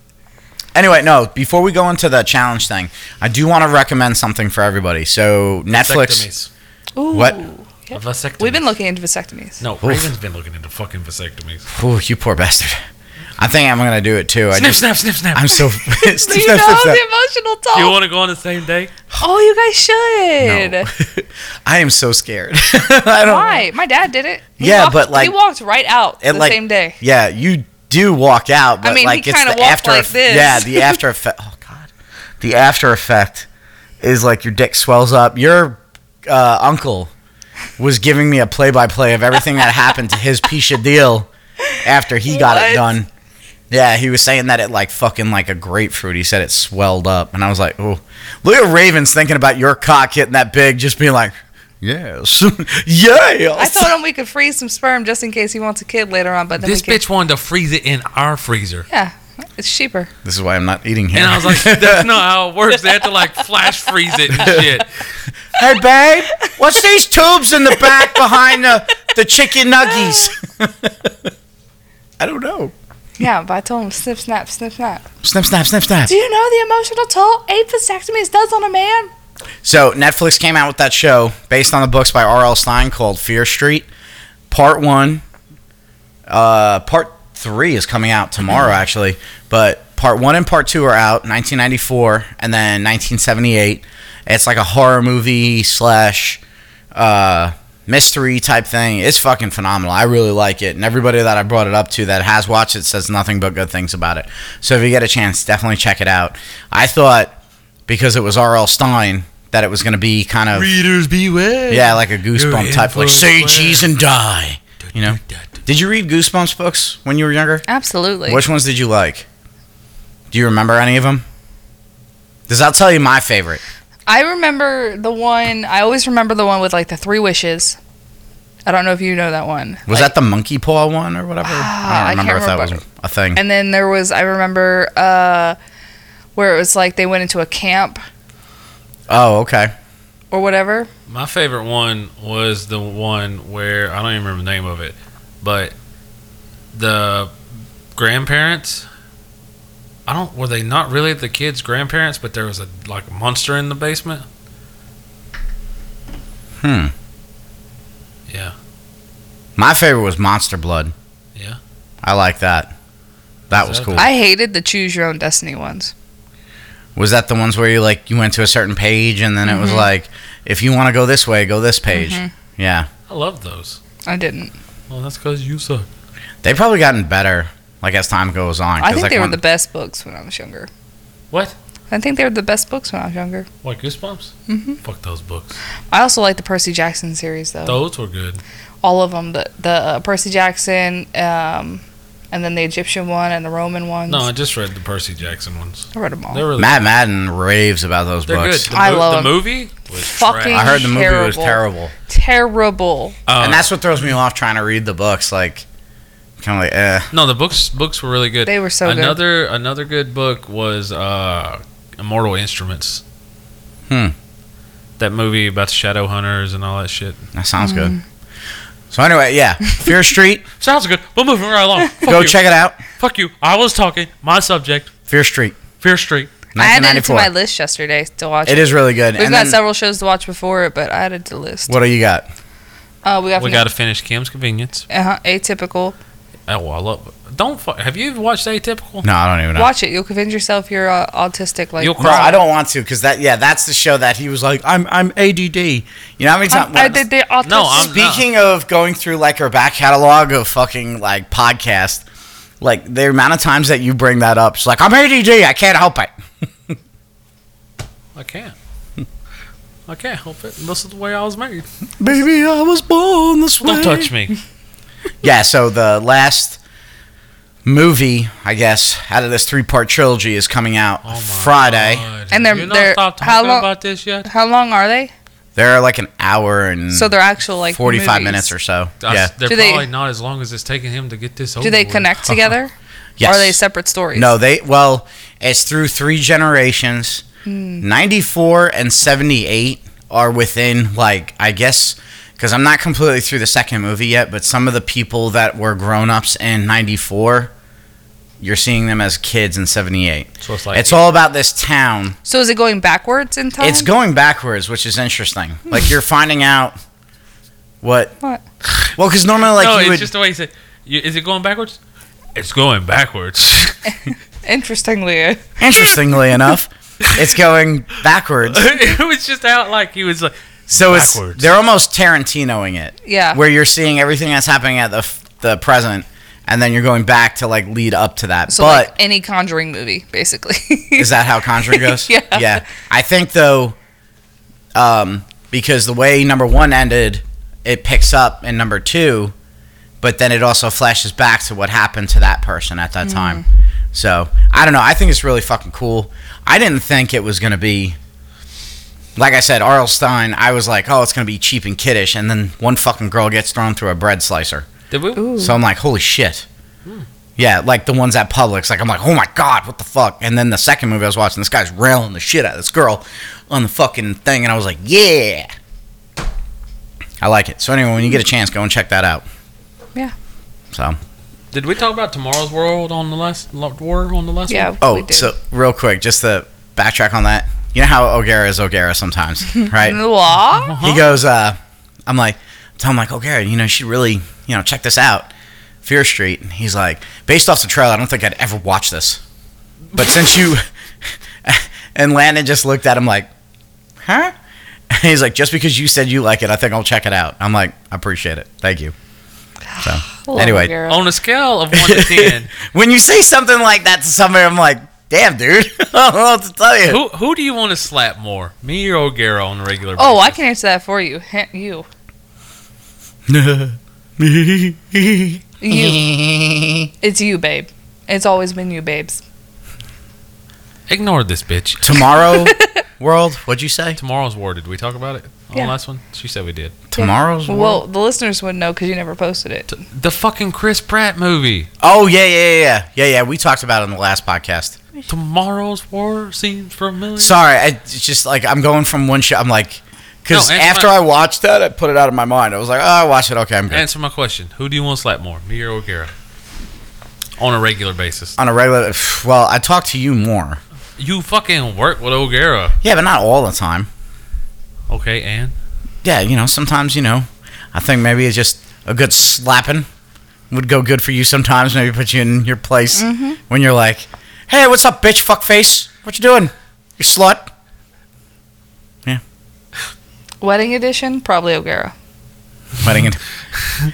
Anyway, no, before we go into the challenge thing, I do want to recommend something for everybody. So, Netflix. vasectomies. Ooh. What? A Yep. vasectomy. We've been looking into vasectomies. No, Raven's been looking into fucking vasectomies. Ooh, you poor bastard. I think I'm going to do it too. I Snip, just, snap, snip, snap. I'm so. snip, Do you snap, know snip, the emotional talk? you want to go on the same day? oh, you guys should. snap. No. I am so scared. I don't. Why? My dad did it. He Yeah, walked- but, like- he walked right out It the like, same day. Yeah, you do walk out, but mean, he like it's kinda the walked after. like eff- this. Yeah, the after effect. Oh god, the after effect is like your dick swells up. Your uh, uncle was giving me a play-by-play of everything that happened to his Pisha deal after he got What? it done. Yeah, he was saying that it like fucking like a grapefruit. He said it swelled up, and I was like, "Oh, look at Ravens thinking about your cock getting that big, just being like, yes, yes." I told him we could freeze some sperm just in case he wants a kid later on, but then This we could, bitch wanted to freeze it in our freezer. yeah, it's cheaper. this is why I'm not eating here. And I was like, that's not how it works. They have to like flash freeze it and shit. Hey, babe, what's these tubes in the back behind the, the chicken nuggies? I don't know. Yeah, but I told him snip, snap, snip, snap. Snip, snap, snip, snap. Do you know the emotional toll eight vasectomies does on a man? So, Netflix came out with that show based on the books by R.L. Stein called Fear Street. Part one. Uh, part three is coming out tomorrow, actually. But part one and part two are out 1994 and then 1978. It's like a horror movie slash uh, mystery type thing. It's fucking phenomenal. I really like it, and everybody that I brought it up to that has watched it says nothing but good things about it. So if you get a chance, definitely check it out. I thought because it was R.L. Stein that it was going to be kind of Readers beware. yeah, like a in goosebump type, for like a say plan." cheese and die. You know? Did you read Goosebumps books when you were younger? Absolutely. Which ones did you like? Do you remember any of them? Because I'll tell you my favorite. I remember the one. I always remember the one with like the three wishes. I don't know if you know that one. Was Like- that the monkey paw one or whatever? Ah, I I don't remember can't if that remember. was a thing. And then there was I remember uh, where it was like they went into a camp Oh, okay. or whatever. My favorite one was the one where I don't even remember the name of it, but the grandparents. I don't. Were they not really the kids' grandparents? But there was a like monster in the basement. Hmm. Yeah. My favorite was Monster Blood. Yeah. I like that. That Is was that- cool. I hated the choose your own destiny ones. was that the ones where you like you went to a certain page and then it Mm-hmm. was like, if you want to go this way, go this page. Yeah. I love those. I didn't. Well, that's because you suck. They've probably gotten better like as time goes on. I 'cause, think like, they were one- the best books when I was younger. What? I think they were the best books when I was younger. What goosebumps? Mhm. Fuck those books. I also like the Percy Jackson series though. Those were good. All of them. The the uh, Percy Jackson. Um, and then the Egyptian one and the Roman ones. No, I just read the Percy Jackson ones. I read them all. They're really Matt Madden raves about those They're good. books. The I mo- love the 'em. movie. Was Fucking- trash. I heard the movie was Terrible. terrible, Terrible. Um, and that's what throws me off trying to read the books. Like, kind of like, eh. No, the books books were really good. They were so good. another another good book was uh, Immortal Instruments. Hmm. That movie about the shadow hunters and all that shit. That sounds good. Mm-hmm. So anyway, yeah, Fear Street. Sounds good. We're moving right along. Fuck go you. check it out. Fuck you. I was talking. My subject. Fear Street. Fear Street. I added it to 1994. my list yesterday to watch. It is really good. We've and got then, several shows to watch before it, but I added to the list. What do you got? Uh, we got, We got to finish Kim's Convenience. uh-huh, atypical. Oh, I love. Don't. Fu- have you watched Atypical? No, I don't even know. Watch it. You'll convince yourself you're uh, autistic. Like You'll No, cry. I don't want to because that yeah, that's the show that he was like, I'm I'm ADD. You know how many times? I'm, I, they, they're autistic. No, I'm- Speaking of going through like her back catalog of fucking like podcast, like the amount of times that you bring that up, she's like, I'm ADD. I can't help it. I can't. I can't help it. This is the way I was made. Baby, I was born this way. Don't touch me. Yeah. So the last movie, I guess, out of this three part trilogy is coming out Oh my Friday. God. And they're- you not they're- stop talking how long- about this yet. How long are they? They're like an hour and So they're actual like forty five movies. Mm. minutes or so. I- yeah. They're Do they- probably not as long as it's taking him to get this over. Do they with. connect together? Yes. Or are they separate stories? No, they well, it's through three generations. Ninety four and seventy eight are within like I guess because I'm not completely through the second movie yet, but some of the people that were grown ups in ninety four, you're seeing them as kids in seventy eight. So it's like it's all about this town. So is it going backwards in time? It's going backwards, which is interesting. Like you're finding out what. What? Well, because normally, like no, you it's would, just the way you said. You, is it going backwards? It's going backwards. Interestingly, interestingly enough, it's going backwards. it was just out like he was like. So it's Backwards. they're almost Tarantinoing it. Yeah. Where you're seeing everything that's happening at the f- the present, and then you're going back to like lead up to that. so but like any Conjuring movie, basically. is that how Conjuring goes? Yeah. Yeah. I think though, um, because the way number one ended, it picks up in number two, but then it also flashes back to what happened to that person at Mm. that time. So I don't know. I think it's really fucking cool. I didn't think it was gonna be. Like I said, Arl Stein, I was like, oh, it's going to be cheap and kiddish. And then one fucking girl gets thrown through a bread slicer. Did we? Ooh. So I'm like, holy shit. Yeah, like the ones at Publix. Like I'm like, oh my god, what the fuck? And then the second movie I was watching, this guy's railing the shit out of this girl on the fucking thing, and I was like, yeah, I like it. So anyway, when you get a chance, go and check that out. Yeah. So Did we talk about tomorrow's world on the last lo- war on the last? yeah. one? oh, we do. so real quick, just to backtrack on that. You know how O'Gara is O'Gara sometimes, right? Law? He goes, uh, I'm like, tell him like, oh, Gary, you know, you should really, you know, check this out, Fear Street. And he's like, based off the trailer, I don't think I'd ever watch this, but since you, and Landon just looked at him like, huh? And he's like, just because you said you like it, I think I'll check it out. I'm like, I appreciate it, thank you. So anyway, Girl. On a scale of one to ten, when you say something like that to somebody, I'm like, damn, dude, I don't know what to tell you. who who do you want to slap more, me or O'Gara on a regular? Oh, I basis? can answer that for you. Heh, You. You. It's you, babe. It's always been you, babes. Ignore this bitch. Tomorrow, world, what'd you say? Tomorrow's war. Did we talk about it on Yeah. the last one? She said we did. Tomorrow's world. Well, the listeners would know because you never posted it. T- the fucking Chris Pratt movie. Oh yeah, yeah, yeah, yeah, yeah, yeah. We talked about it on the last podcast. Tomorrow's war seems familiar. Sorry, I, it's just like I'm going from one show. I'm like, because Oh, No, it's after fine. I watched that, I put it out of my mind. I was like, oh, I watched it. Okay, I'm good. Answer my question. Who do you want to slap more, me or O'Gara? On a regular basis. on a regular, well, I talk to you more. You fucking work with O'Gara. Yeah, but not all the time. Okay, and? Yeah, you know, sometimes you know, I think maybe it's just a good slapping would go good for you. Sometimes maybe put you in your place Mm-hmm. when you're like, hey, what's up, bitch, fuck face? What you doing? You slut. Wedding edition, probably O'Gara. wedding. And-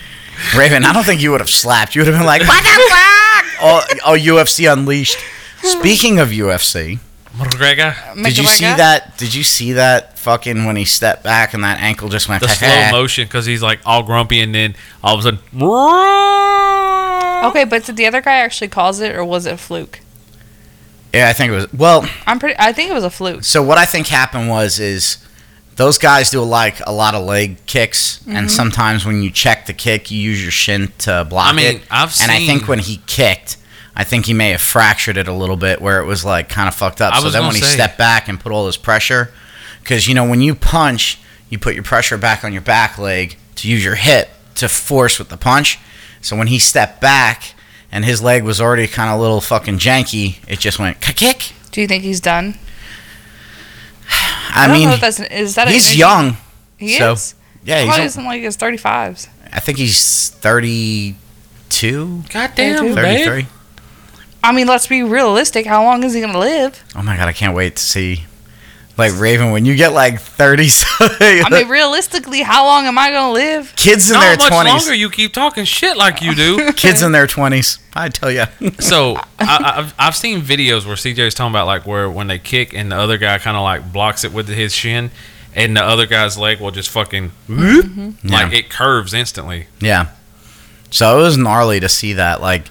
Raven, I don't think you would have slapped. You would have been like, "What the fuck?" Oh, oh, UFC Unleashed. Speaking of UFC, McGregor. did you see that? Did you see that fucking when he stepped back and that ankle just went The slow motion because he's like all grumpy and then all of a sudden. Okay, but did the other guy actually cause it, or was it a fluke? Yeah, I think it was. Well, I'm pretty. I think it was a fluke. so what I think happened was is those guys do like a lot of leg kicks, Mm-hmm. and sometimes when you check the kick, you use your shin to block I mean, it. I've and I think seen- when he kicked, I think he may have fractured it a little bit, where it was like kind of fucked up. I so was then gonna when he say- stepped back and put all his pressure, because you know when you punch, you put your pressure back on your back leg to use your hip to force with the punch. So when he stepped back. And his leg was already kind of a little fucking janky. It just went kick. Do you think he's done? I, I, don't mean, know if that's an, is that an he's energy- young. He so- is. Yeah, Probably he's. isn't like his 35s. I think he's thirty-two, God They damn, do. babe. thirty-three. I mean, let's be realistic. How long is he gonna live? Oh my god, I can't wait to see. Like Raven, when you get like thirty, I mean, realistically, how long am I gonna live? kids in Not their much longer twenties, you keep talking shit like you do. kids in their twenties. I tell you, so I, I- I've, I've seen videos where CJ's talking about like where when they kick and the other guy kind of like blocks it with his shin and the other guy's leg will just fucking whoop, Mm-hmm. like it curves instantly. yeah. So it was gnarly to see that. Like,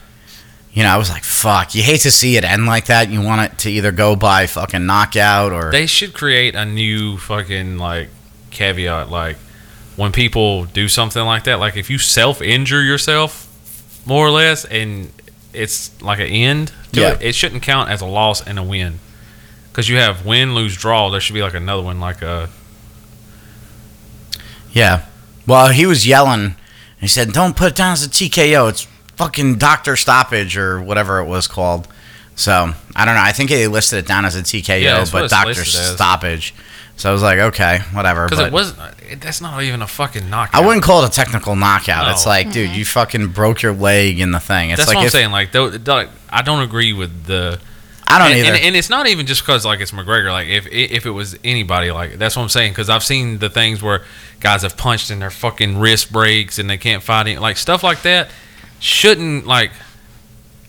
you know, I was like, "Fuck!" You hate to see it end like that. You want it to either go by fucking knockout or They should create a new fucking like caveat like when people do something like that like if you self injure yourself more or less and it's like an end to Yeah. it it shouldn't count as a loss and a win. Cuz you have win, lose, draw, there should be like another one like uh, a Yeah. Well, he was yelling. He said, "Don't put it down as a TKO. It's fucking doctor stoppage or whatever it was called." So I don't know. I think they listed it down as a TKO, Yeah, that's what but it's doctor listed as. stoppage. So I was like, okay, whatever. Because But it wasn't. It, that's not even a fucking knockout. I wouldn't call it a technical knockout. It's No. like, dude, you fucking broke your leg in the thing. It's That's like what I'm if, saying. Like, though, like, I don't agree with the. I don't and, either. and, and it's not even just because like it's McGregor. Like, if if it was anybody, like that's what I'm saying. Because I've seen the things where guys have punched and their fucking wrist breaks and they can't fight it. Like stuff like that shouldn't like.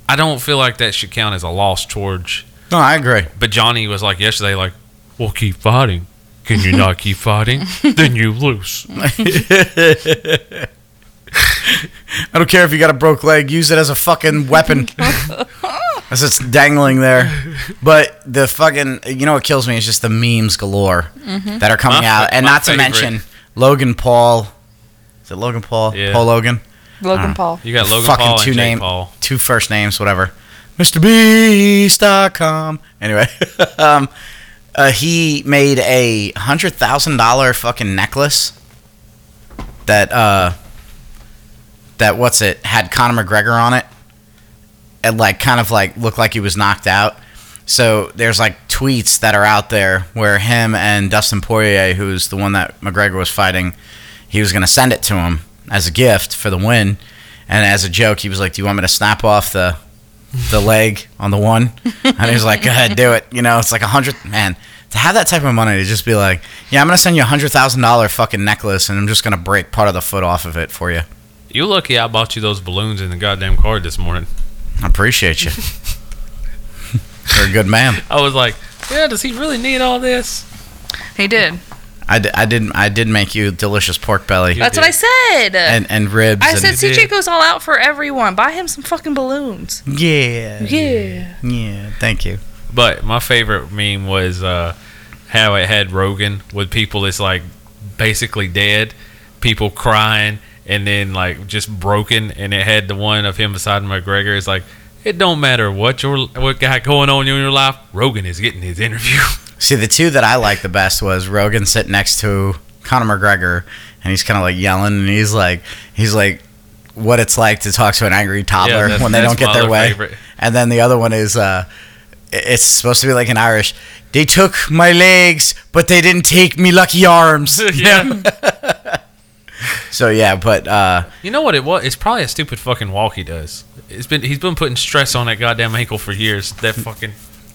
I don't feel like that should count as a loss towards. no, I agree. But Johnny was like yesterday, like, "We'll keep fighting. Can you not keep fighting? Then you lose." I don't care if you got a broke leg. Use it as a fucking weapon. As it's dangling there. But the fucking, you know what kills me is just the memes galore that are coming Mm-hmm. My- out. And my not to favorite. mention Logan Paul. Is it Logan Paul? Yeah. Paul Logan? Logan Ah. Paul. You got Logan Fucking Paul and two Jake name- Paul. Two first names, whatever. MrBeast.com. Anyway, um, uh, he made a $100,000 fucking necklace that, uh, that what's it, had Conor McGregor on it. and like kind of like looked like he was knocked out. So there's like tweets that are out there where him and Dustin Poirier, who's the one that McGregor was fighting, he was gonna send it to him as a gift for the win. And as a joke, he was like, "Do you want me to snap off the the leg on the one?" And he was like, "Go ahead, do it." You know, it's like a hundred man to have that type of money to just be like, "Yeah, I'm gonna send you a hundred thousand dollar fucking necklace, and I'm just gonna break part of the foot off of it for you." You lucky I bought you those balloons in the goddamn card this morning. I appreciate you. You're a good man. I was like, yeah, does he really need all this? He did. I, d- I didn't I did make you delicious pork belly You That's what I said. and and ribs I and said did. CJ goes all out for everyone. Buy him some fucking balloons. yeah Yeah. yeah thank you But my favorite meme was uh, how it had Rogan with people that's like basically dead, people crying, and then like just broken. And it had the one of him beside McGregor. It's like, it don't matter what your what got going on in your life. Rogan is getting his interview. see the two that I liked the best was Rogan sitting next to Conor McGregor and he's kind of like yelling and he's like he's like what it's like to talk to an angry toddler that's- when they that's don't get my their other way favorite. and then the other one is uh i- it's supposed to be like an Irish they took my legs but they didn't take me lucky arms yeah. so yeah but uh You know what it was? It's probably a stupid fucking walk he does. It's been he's been putting stress on that goddamn ankle for years. That fucking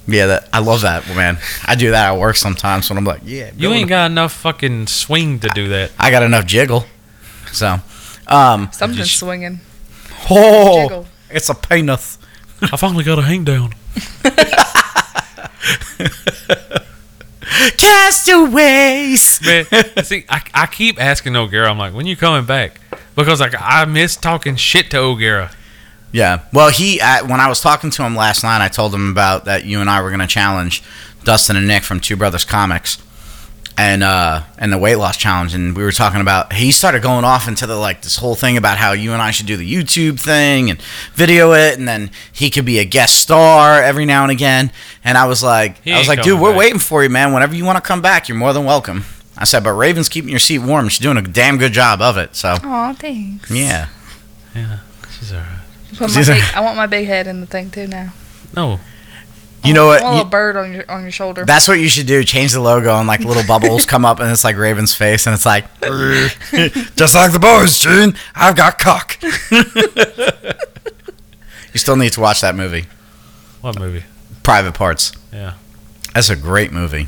yeah that I love that man I do that at work sometimes when I'm like yeah You go ain't got enough fucking swing to do that. I got enough jiggle. So, um, Something's Just- swinging. oh, Jiggle. it's a penis. I finally got a hang down. Castaways. Man, see, I, I keep asking O'Gara, I'm like, when you coming back? Because like I miss talking shit to O'Gara. Yeah. Well, he I, when I was talking to him last night, I told him about that you and I were going to challenge Dustin and Nick from Two Brothers Comics and uh and the weight loss challenge and we were talking about he started going off into the like this whole thing about how you and I should do the YouTube thing and video it and then he could be a guest star every now and again and I was like He I was ain't like dude coming we're back." waiting for you man whenever you want to come back you're more than welcome I said but Raven's keeping your seat warm she's doing a damn good job of it so Aw, thanks. yeah Yeah, she's all right. Put my These are- big, I want my big head in the thing too now. No, you know what I want a you- little bird on your on your shoulder. That's what you should do. Change the logo and like little bubbles come up and it's like Raven's face and it's like just like the boys, Gene. I've got cock. you still need to watch that movie, what movie? Private Parts. Yeah. That's a great movie.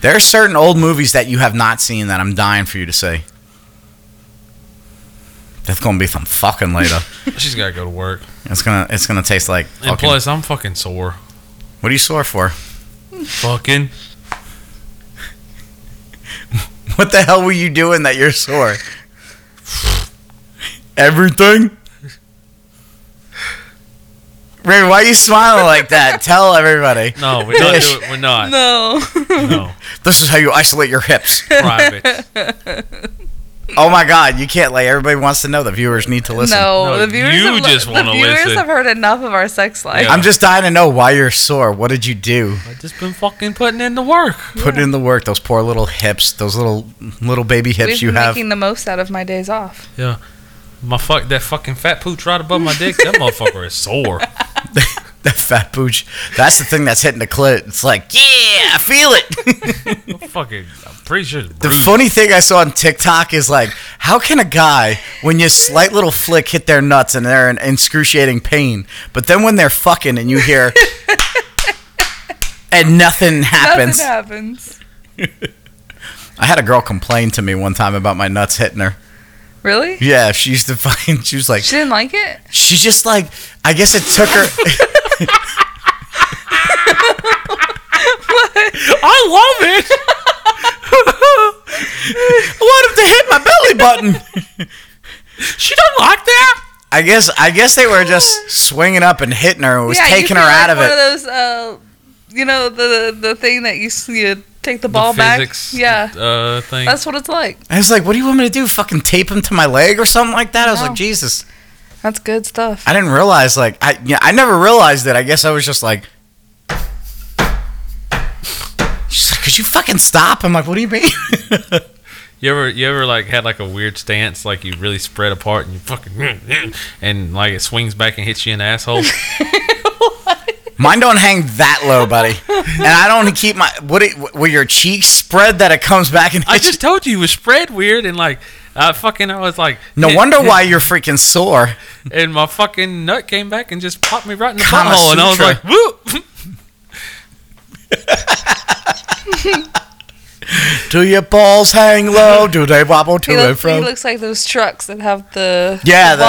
There are certain old movies that you have not seen that I'm dying for you to see. That's gonna be some fucking later. She's got to go to work. it's gonna it's gonna taste like And fucking- plus, I'm fucking sore. What are you sore for? Fucking. What the hell were you doing that you're sore? Everything? Ray, why are you smiling like that? Tell everybody. No, we're not. Doing, we're not. no. No. This is how you isolate your hips. Private. Oh my god, you can't like everybody wants to know. The viewers need to listen. no, No, the viewers, you have, li- just wanna the viewers listen. have heard enough of our sex life. Yeah. I'm just dying to know why you're sore. What did you do? I've just been fucking putting in the work. Put in the work, those poor little hips, those little little baby hips We've you been have. making the most out of my days off. My fuck that fucking fat pooch right above my dick. That motherfucker is sore. that fat pooch. That's the thing that's hitting the clit. It's like, yeah, I feel it. I'm fucking. I'm pretty sure. It's The bruised. funny thing I saw on TikTok is like, how can a guy, when you slight little flick hit their nuts and they're in excruciating pain, but then when they're fucking and you hear and nothing happens? Nothing happens. I had a girl complain to me one time about my nuts hitting her. Really? Yeah, she used to find she was like, She didn't like it? she just like, I guess it took her. I love it. what if they hit my belly button? She don't like that. I guess I guess they were just swinging up and hitting her. It was yeah, you taking her feel like out of one it. One of those, uh, you know, the the thing that you s- you take the ball the back. physics, Yeah, Uh, thing. that's what it's like. I was like, what do you want me to do? Fucking tape him to my leg or something like that? I was No. like, Jesus. That's good stuff. I didn't realize like I yeah, I never realized it. I guess I was just like She's like, could you fucking stop? I'm like, what do you mean? You ever you ever like had like a weird stance, like you really spread apart and you fucking and like it swings back and hits you in the asshole. Mine don't hang that low, buddy. And I don't keep my what it were your cheeks spread that it comes back and I hits just told you it was spread weird and like I fucking I was like you. No wonder why you're freaking sore. and my fucking nut came back and just popped me right in the Kama butthole and I was Sutra. like whoop. Do your balls hang low? Do they wobble to He, and looks, he fro? looks like those trucks that have the Yeah, the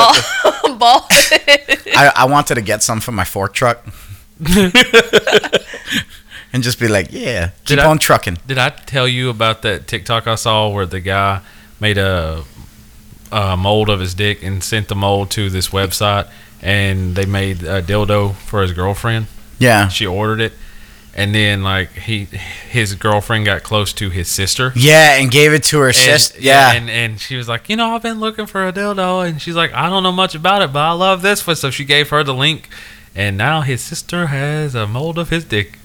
ball. ball. I, I wanted to get some from my fork truck. and just be like, yeah, keep Did I- on trucking. Did I tell you about that TikTok I saw where the guy made a, a mold of his dick and sent the mold to this website and they made a dildo for his girlfriend? Yeah. She ordered it. And then, like he, his girlfriend got close to his sister, Yeah, and gave it to her And- sister. Yeah. And, and she was like, you know, I've been looking for a dildo, and she's like, I don't know much about it, but I love this one. So she gave her the link, and now his sister has a mold of his dick.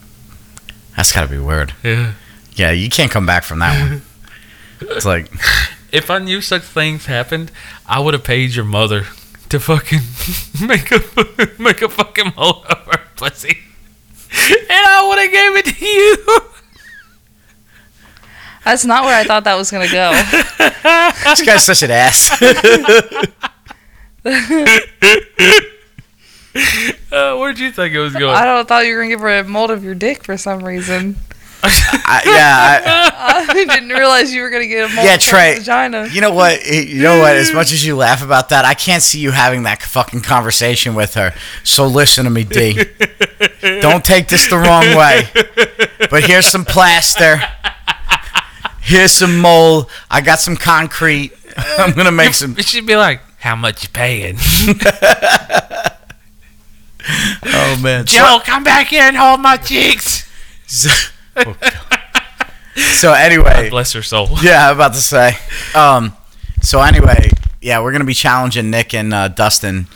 That's got to be weird. Yeah. Yeah, you can't come back from that one. It's like, If I knew such things happened, I would have paid your mother to fucking make a make a fucking mold of her pussy, and I would have gave it to you. That's not where I thought that was gonna go. this guy's such an ass. Uh, where'd you think it was going? I don't thought you were gonna give her a mold of your dick for some reason. I, yeah, I didn't realize you were gonna get a mold Yeah, of her Trey, vagina. I, you know what? Eh, You know what? As much as you laugh about that, I can't see you having that fucking conversation with her. So listen to me, D. Don't take this the wrong way. But here's some plaster. Here's some mold. I got some concrete. I'm gonna make some. She'd be like, How much you paying? Oh man. Joe, come back here and hold my cheeks. So, so anyway, Bless her soul. yeah, I'm about to say. Um, so anyway, yeah, we're gonna be challenging Nick and uh, Dustin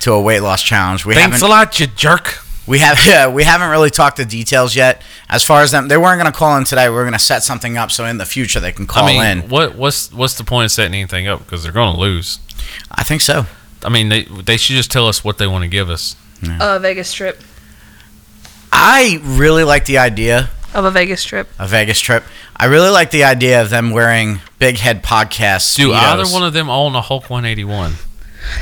to a weight loss challenge. We Thanks haven't a lot, you jerk. we have yeah, we haven't really talked the details yet. As far as them, they weren't gonna call in today. We are gonna set something up so in the future they can call I mean, in. what what's what's the point of setting anything up? Because they're going to lose. I think so. I mean, they they should just tell us what they want to give us. A Vegas trip. I really like the idea Of a Vegas trip. a Vegas trip. I really like the idea of them wearing big head podcast. Do either Speedos. one of them own a Hulk 181?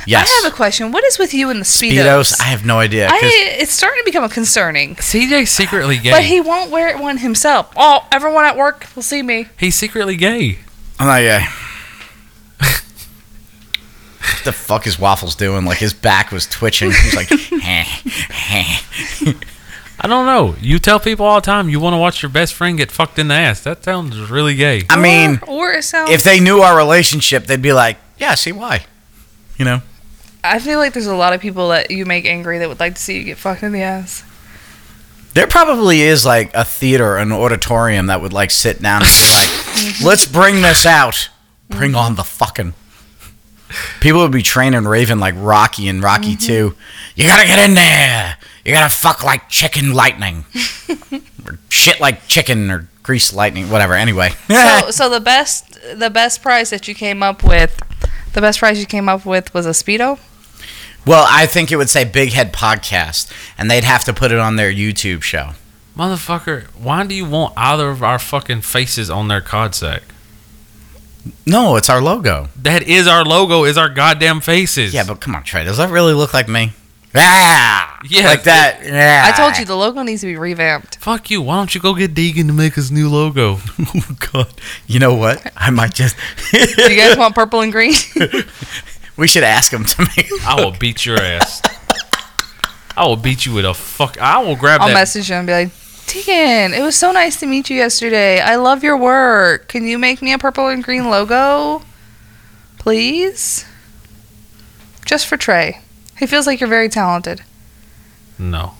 Yes. I have a question. What is with you and the speedos? Speedos. I have no idea. 'cause- I, it's starting to become concerning. CJ secretly gay. But he won't wear one himself. Oh, everyone at work will see me. He's secretly gay. I'm not gay. what the fuck is Waffles doing? Like his back was twitching. He's like, "Heh, heh." I don't know. You tell people all the time you want to watch your best friend get fucked in the ass. That sounds really gay. I mean, or, or it sounds. if they knew our relationship, they'd be like, yeah, I see why. You know? I feel like there's a lot of people that you make angry that would like to see you get fucked in the ass. There probably is like a theater, an auditorium that would like sit down and be like, let's bring this out. Bring on the fucking. People would be training Raven like Rocky and Rocky 2. You gotta get in there. You gotta fuck like chicken lightning. or shit like chicken or grease lightning, whatever. Anyway. so, so the best, the best prize that you came up with, the best prize you came up with was a speedo. well, I think it would say Big Head Podcast, and they'd have to put it on their YouTube show. Motherfucker, why do you want either of our fucking faces on their cod sack? No, it's our logo. That is our logo, is our goddamn faces. Yeah, but come on, Trey. Does that really look like me? Yeah, Yeah. like that. Yeah. I told you the logo needs to be revamped. Fuck you. Why don't you go get Deegan to make his new logo? oh God. You know what? I might just. Do you guys want purple and green? we should ask him to make. I will beat your ass. I will beat you with a fuck. I will grab I'll that. message him and be like, Tegan, it was so nice to meet you yesterday. I love your work. Can you make me a purple and green logo, please? Just for Trey. He feels like you're very talented. no.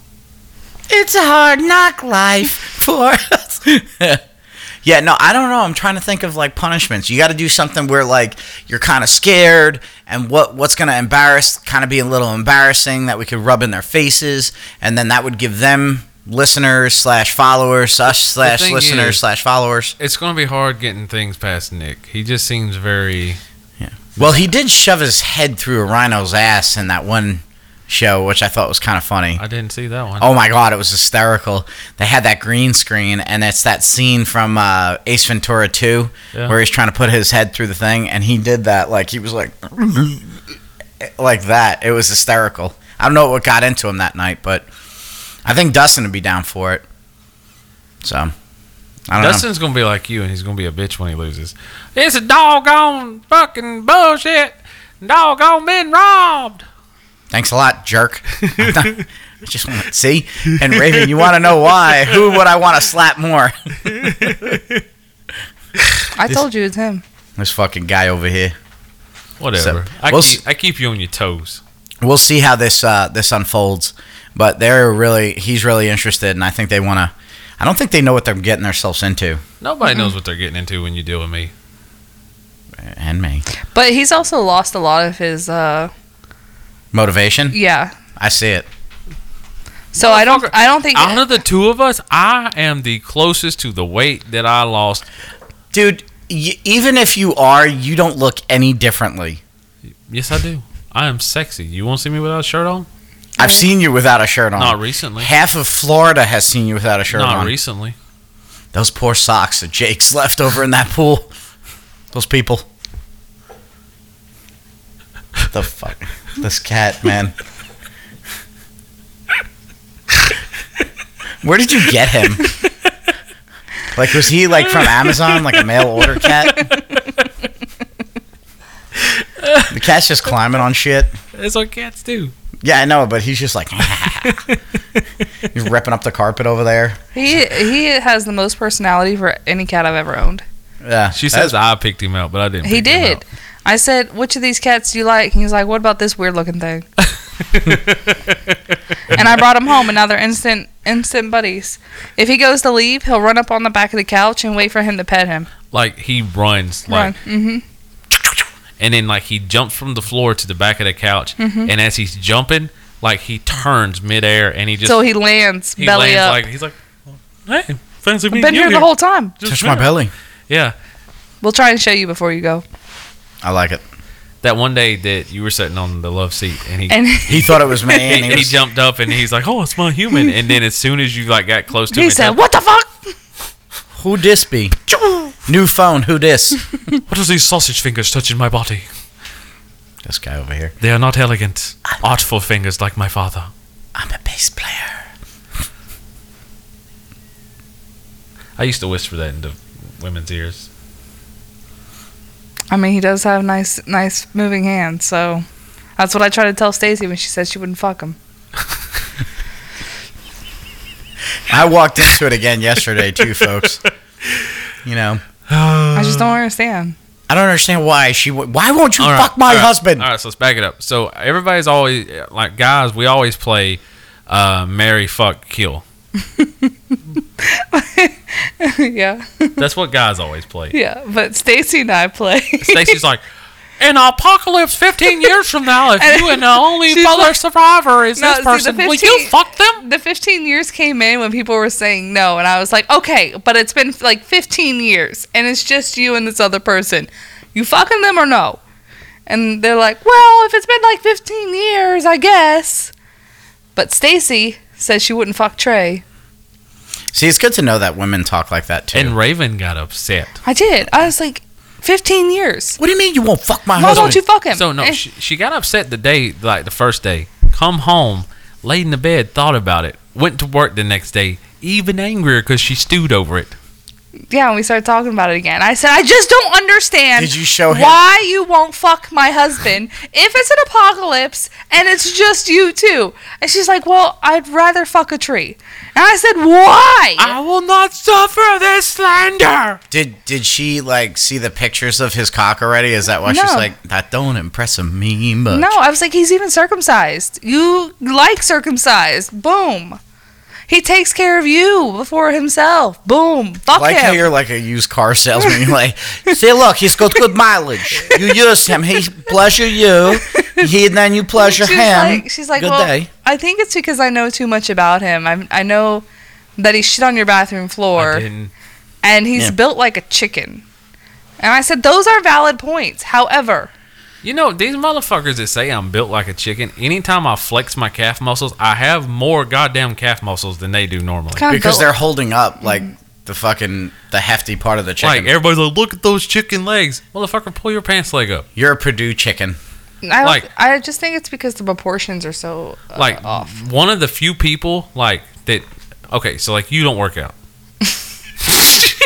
It's a hard knock life for us. yeah. No, I don't know. I'm trying to think of like punishments. You got to do something where like you're kind of scared, and what what's gonna embarrass, kind of be a little embarrassing that we could rub in their faces, and then that would give them listeners slash followers us slash thing listeners is- slash followers. It's going to be hard getting things past Nick. He just seems very. Well, he did shove his head through a rhino's ass in that one show, which I thought was kind of funny. I didn't see that one. Oh my god, it was hysterical. They had that green screen, and it's that scene from uh, Ace Ventura 2 Yeah. where he's trying to put his head through the thing, and he did that. Like, he was like, like that. It was hysterical. I don't know what got into him that night, but I think Dustin would be down for it. So, I don't know. Dustin's gonna be like you, and he's gonna be a bitch when he loses. It's a doggone fucking bullshit. Doggone been robbed. Thanks a lot, jerk. I just want to see. And Raven, you want to know why? Who would I want to slap more? I told you it's him. This fucking guy over here. Whatever. So, I, we'll keep, s- I keep you on your toes. We'll see how this uh, this unfolds. But they're really, he's really interested, and I think they want to. I don't think they know what they're getting themselves into, Nobody knows what they're getting into when you deal with me. and me. But he's also lost a lot of his, uh, Motivation. yeah. I see it. So I don't, I don't think. Out of the two of us, I am the closest to the weight that I lost. Dude, y- even if you are, you don't look any differently. Yes, I do. I am sexy. You won't see me without a shirt on? I've seen you without a shirt on. Not recently. Half of Florida has seen you without a Oh. shirt Not on. recently. Those poor socks that Jake's left over in that pool. Those people. The fuck? This cat, man. Where did you get him? Like, was he like from Amazon, like a mail order cat? The cat's just climbing on shit. That's what cats do. Yeah, I know, but he's just like, he's ripping up the carpet over there. he, he has the most personality for any cat I've ever owned. Yeah, She that's- says I picked him out, but I didn't. He pick him did. out. I said, "Which of these cats do you like?" And he's like, "What about this weird looking thing?" and I brought him home, and now they're instant instant buddies. If he goes to leave, he'll run up on the back of the couch and wait for him to pet him. Like he runs Run. like hmm and then like he jumps from the floor to the back of the couch Mm-hmm. and as he's jumping like he turns midair and he just So he lands he belly lands up. like he's like hey fancy I've meeting been you here the whole time. Just Touch my met." belly. yeah We'll try and show you before you go. I like it. that one day that you were sitting on the love seat and he And He thought it was me, he, and he he was jumped up and he's like, "Oh, it's my human!" And then as soon as you like got close to him, he and said, touched- "What the fuck?" who dis be? New phone, who dis? "What are these sausage fingers touching my body? this guy over here. They are not elegant, artful fingers like my father." I'm a bass player. I used to whisper that into women's ears. I mean, he does have nice, nice moving hands. So that's what I tried to tell Stacy when she said she wouldn't fuck him. I walked into it again yesterday too, folks. You know, I just Uh. don't understand. I don't understand why she. would Why won't you All right, fuck my all right, husband? All right, so let's back it up. So everybody's always like, guys, we always play uh, marry, fuck, kill. yeah, That's what guys always play. yeah. But Stacy and I play. Stacy's like. In apocalypse, fifteen years from now, if And you and the only she's other like- survivor is No, see, this the person, will you 15 fuck them? the 15 years came in when people were saying no, and I was like, okay, but it's been like 15 years, and it's just you and this other person. You fucking them or no? And they're like, well, if it's been like 15 years, I guess. But Stacy says she wouldn't fuck Trey. See, it's good to know that women talk like that too. And Raven got upset. I did. I was like, 15 years. what do you mean you won't fuck my Why husband? don't you fuck him? So no, Eh, she, she got upset the day, like the first day. Come home, laid in the bed, thought about it, went to work the next day, even angrier because she stewed over it. yeah, and we started talking about it again. I said, I just don't understand. Did you show him- why you won't fuck my husband if it's an apocalypse and it's just you two? And she's like, Well, I'd rather fuck a tree. And I said, Why? I will not suffer this slander. Did did she like see the pictures of his cock already? Is that why she's No. like that? Don't impress me much. no, I was like, He's even circumcised. You like circumcised. Boom. He takes care of you before himself. Boom. Fuck Like how him. you're like a used car salesman. You're like, see, look, he's got good mileage. You use him. He pleasure you. He then you pleasure she's him. Like, she's like, good well, day. I think it's because I know too much about him. I I know that he shit on your bathroom I floor, didn't. and he's Yeah. built like a chicken. And I said, those are valid points. However, You know these motherfuckers that say I'm built like a chicken. Anytime I flex my calf muscles, I have more goddamn calf muscles than they do normally. kind of Because built- they're holding up like the fucking the hefty part of the chicken. Like everybody's like, look at those chicken legs, motherfucker. Pull your pants leg up. you're a Purdue chicken. I, don't- like- I just think it's because the proportions are so uh, like off. one of the few people like that. Okay, so like you don't work out.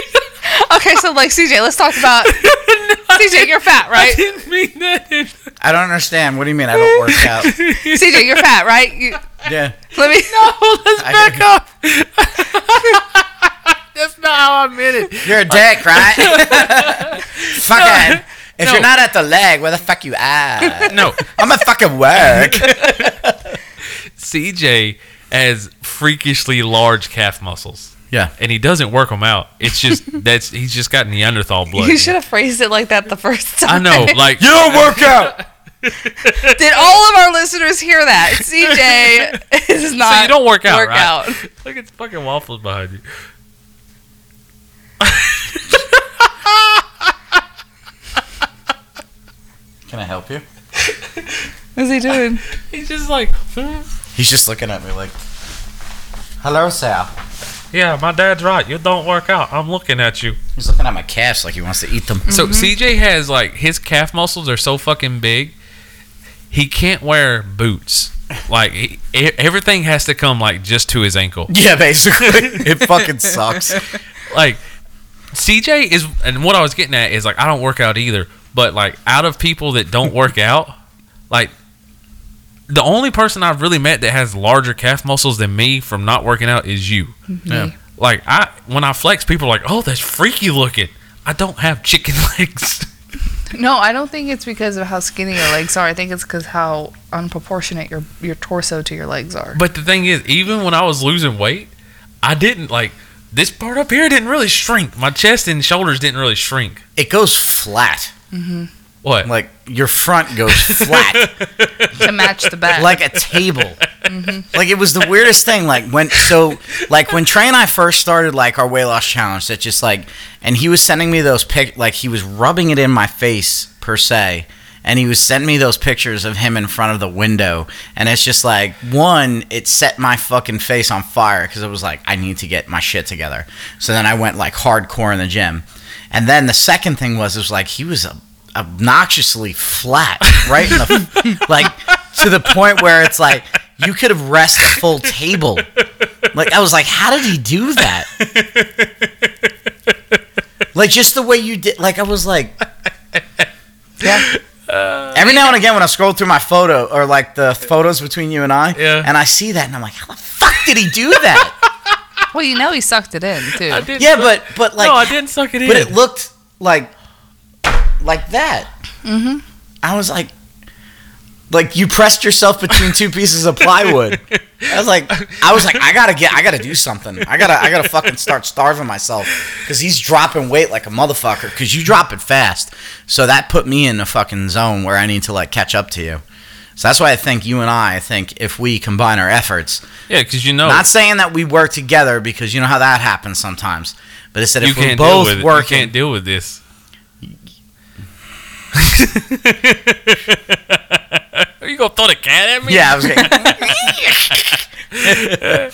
Okay, so like CJ, let's talk about CJ. You're fat, right? didn't mean that. in- I don't understand. What do you mean? I don't work out. CJ, you're fat, right? You, yeah. let me. No, let's I- back up. That's not how I meant it. You're a dick, right? fucking. If No. you're not at the leg, where the fuck you at? No, I'm a fucking work. CJ has freakishly large calf muscles, Yeah. and he doesn't work them out. It's just that's he's just got Neanderthal blood. You should have phrased it like that the first I time. know, like You don't work out. Did all of our listeners hear that? CJ is not. so you don't work out, work right? out. Look, it's fucking waffles behind you. Can I help you? What's he doing? He's just like, hmm. He's just looking at me like, "Hello, Sal." yeah, my dad's right. You don't work out. I'm looking at you. He's looking at my calves like he wants to eat them. So CJ has like his calf muscles are so fucking big, he can't wear boots. Like he, e- everything has to come like just to his ankle. Yeah, basically, it fucking sucks. Like CJ is, and what I was getting at is like I don't work out either, but like out of people that don't work out, like the only person I've really met that has larger calf muscles than me from not working out is you. Yeah. Like I, when I flex, people are like, "Oh, that's freaky looking." I don't have chicken legs. No, I don't think it's because of how skinny your legs are. I think it's because how unproportionate your your torso to your legs are. But the thing is, even when I was losing weight, I didn't like this part up here didn't really shrink. My chest and shoulders didn't really shrink. It goes flat. What? Like your front goes flat, to match the back. like a table. Like it was the weirdest thing. Like when so, like when Trey and I first started like our weight loss challenge. That just like, and he was sending me those pic. Like he was rubbing it in my face per se, and he was sending me those pictures of him in front of the window. And it's just like one, it set my fucking face on fire because it was like I need to get my shit together. So then I went like hardcore in the gym, and then the second thing was it was like he was a obnoxiously flat, right in the like to the point where it's like you could have rested a full table. Like I was like, how did he do that? Like just the way you did. Like I was like, yeah. Every now and again, when I scroll through my photo or like the photos between you and I, Yeah. and I see that, and I'm like, how the fuck did he do that? well, you know he sucked it in too. I didn't yeah, suck- but but like no, I didn't suck it in. but it looked like like that. Mm-hmm. I was like, like you pressed yourself between two pieces of plywood. I was like, I was like, I gotta get, I gotta do something. I gotta, I gotta fucking start starving myself because he's dropping weight like a motherfucker. Because you drop it fast, so that put me in a fucking zone where I need to like catch up to you. So that's why I think you and I, I think if we combine our efforts, yeah, because you know, not saying that we work together because you know how that happens sometimes, but it's that you if we're can't deal both with it. You working, can't deal with this. Are you gonna throw the cat at me? yeah, I was gonna,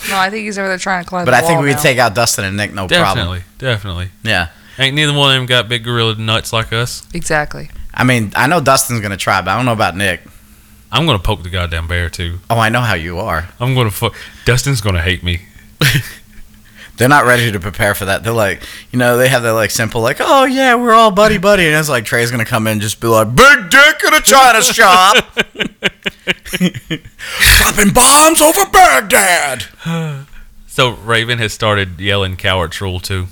no, I think he's over there trying to climb. But the I think wall we now. could take out Dustin and Nick, no problem. definitely, definitely. Yeah. Ain't neither one of them got big gorilla nuts like us. exactly. I mean, I know Dustin's gonna try, but I don't know about Nick. I'm gonna poke the goddamn bear too. Oh, I know how you are. I'm gonna fuck. Dustin's gonna hate me. They're not ready to prepare for that. They're like, you know, they have that like simple like, oh yeah, we're all buddy buddy, and it's like Trey's gonna come in and just be like, big dick in a China shop, dropping bombs over Baghdad. So Raven has started yelling cowards rule too.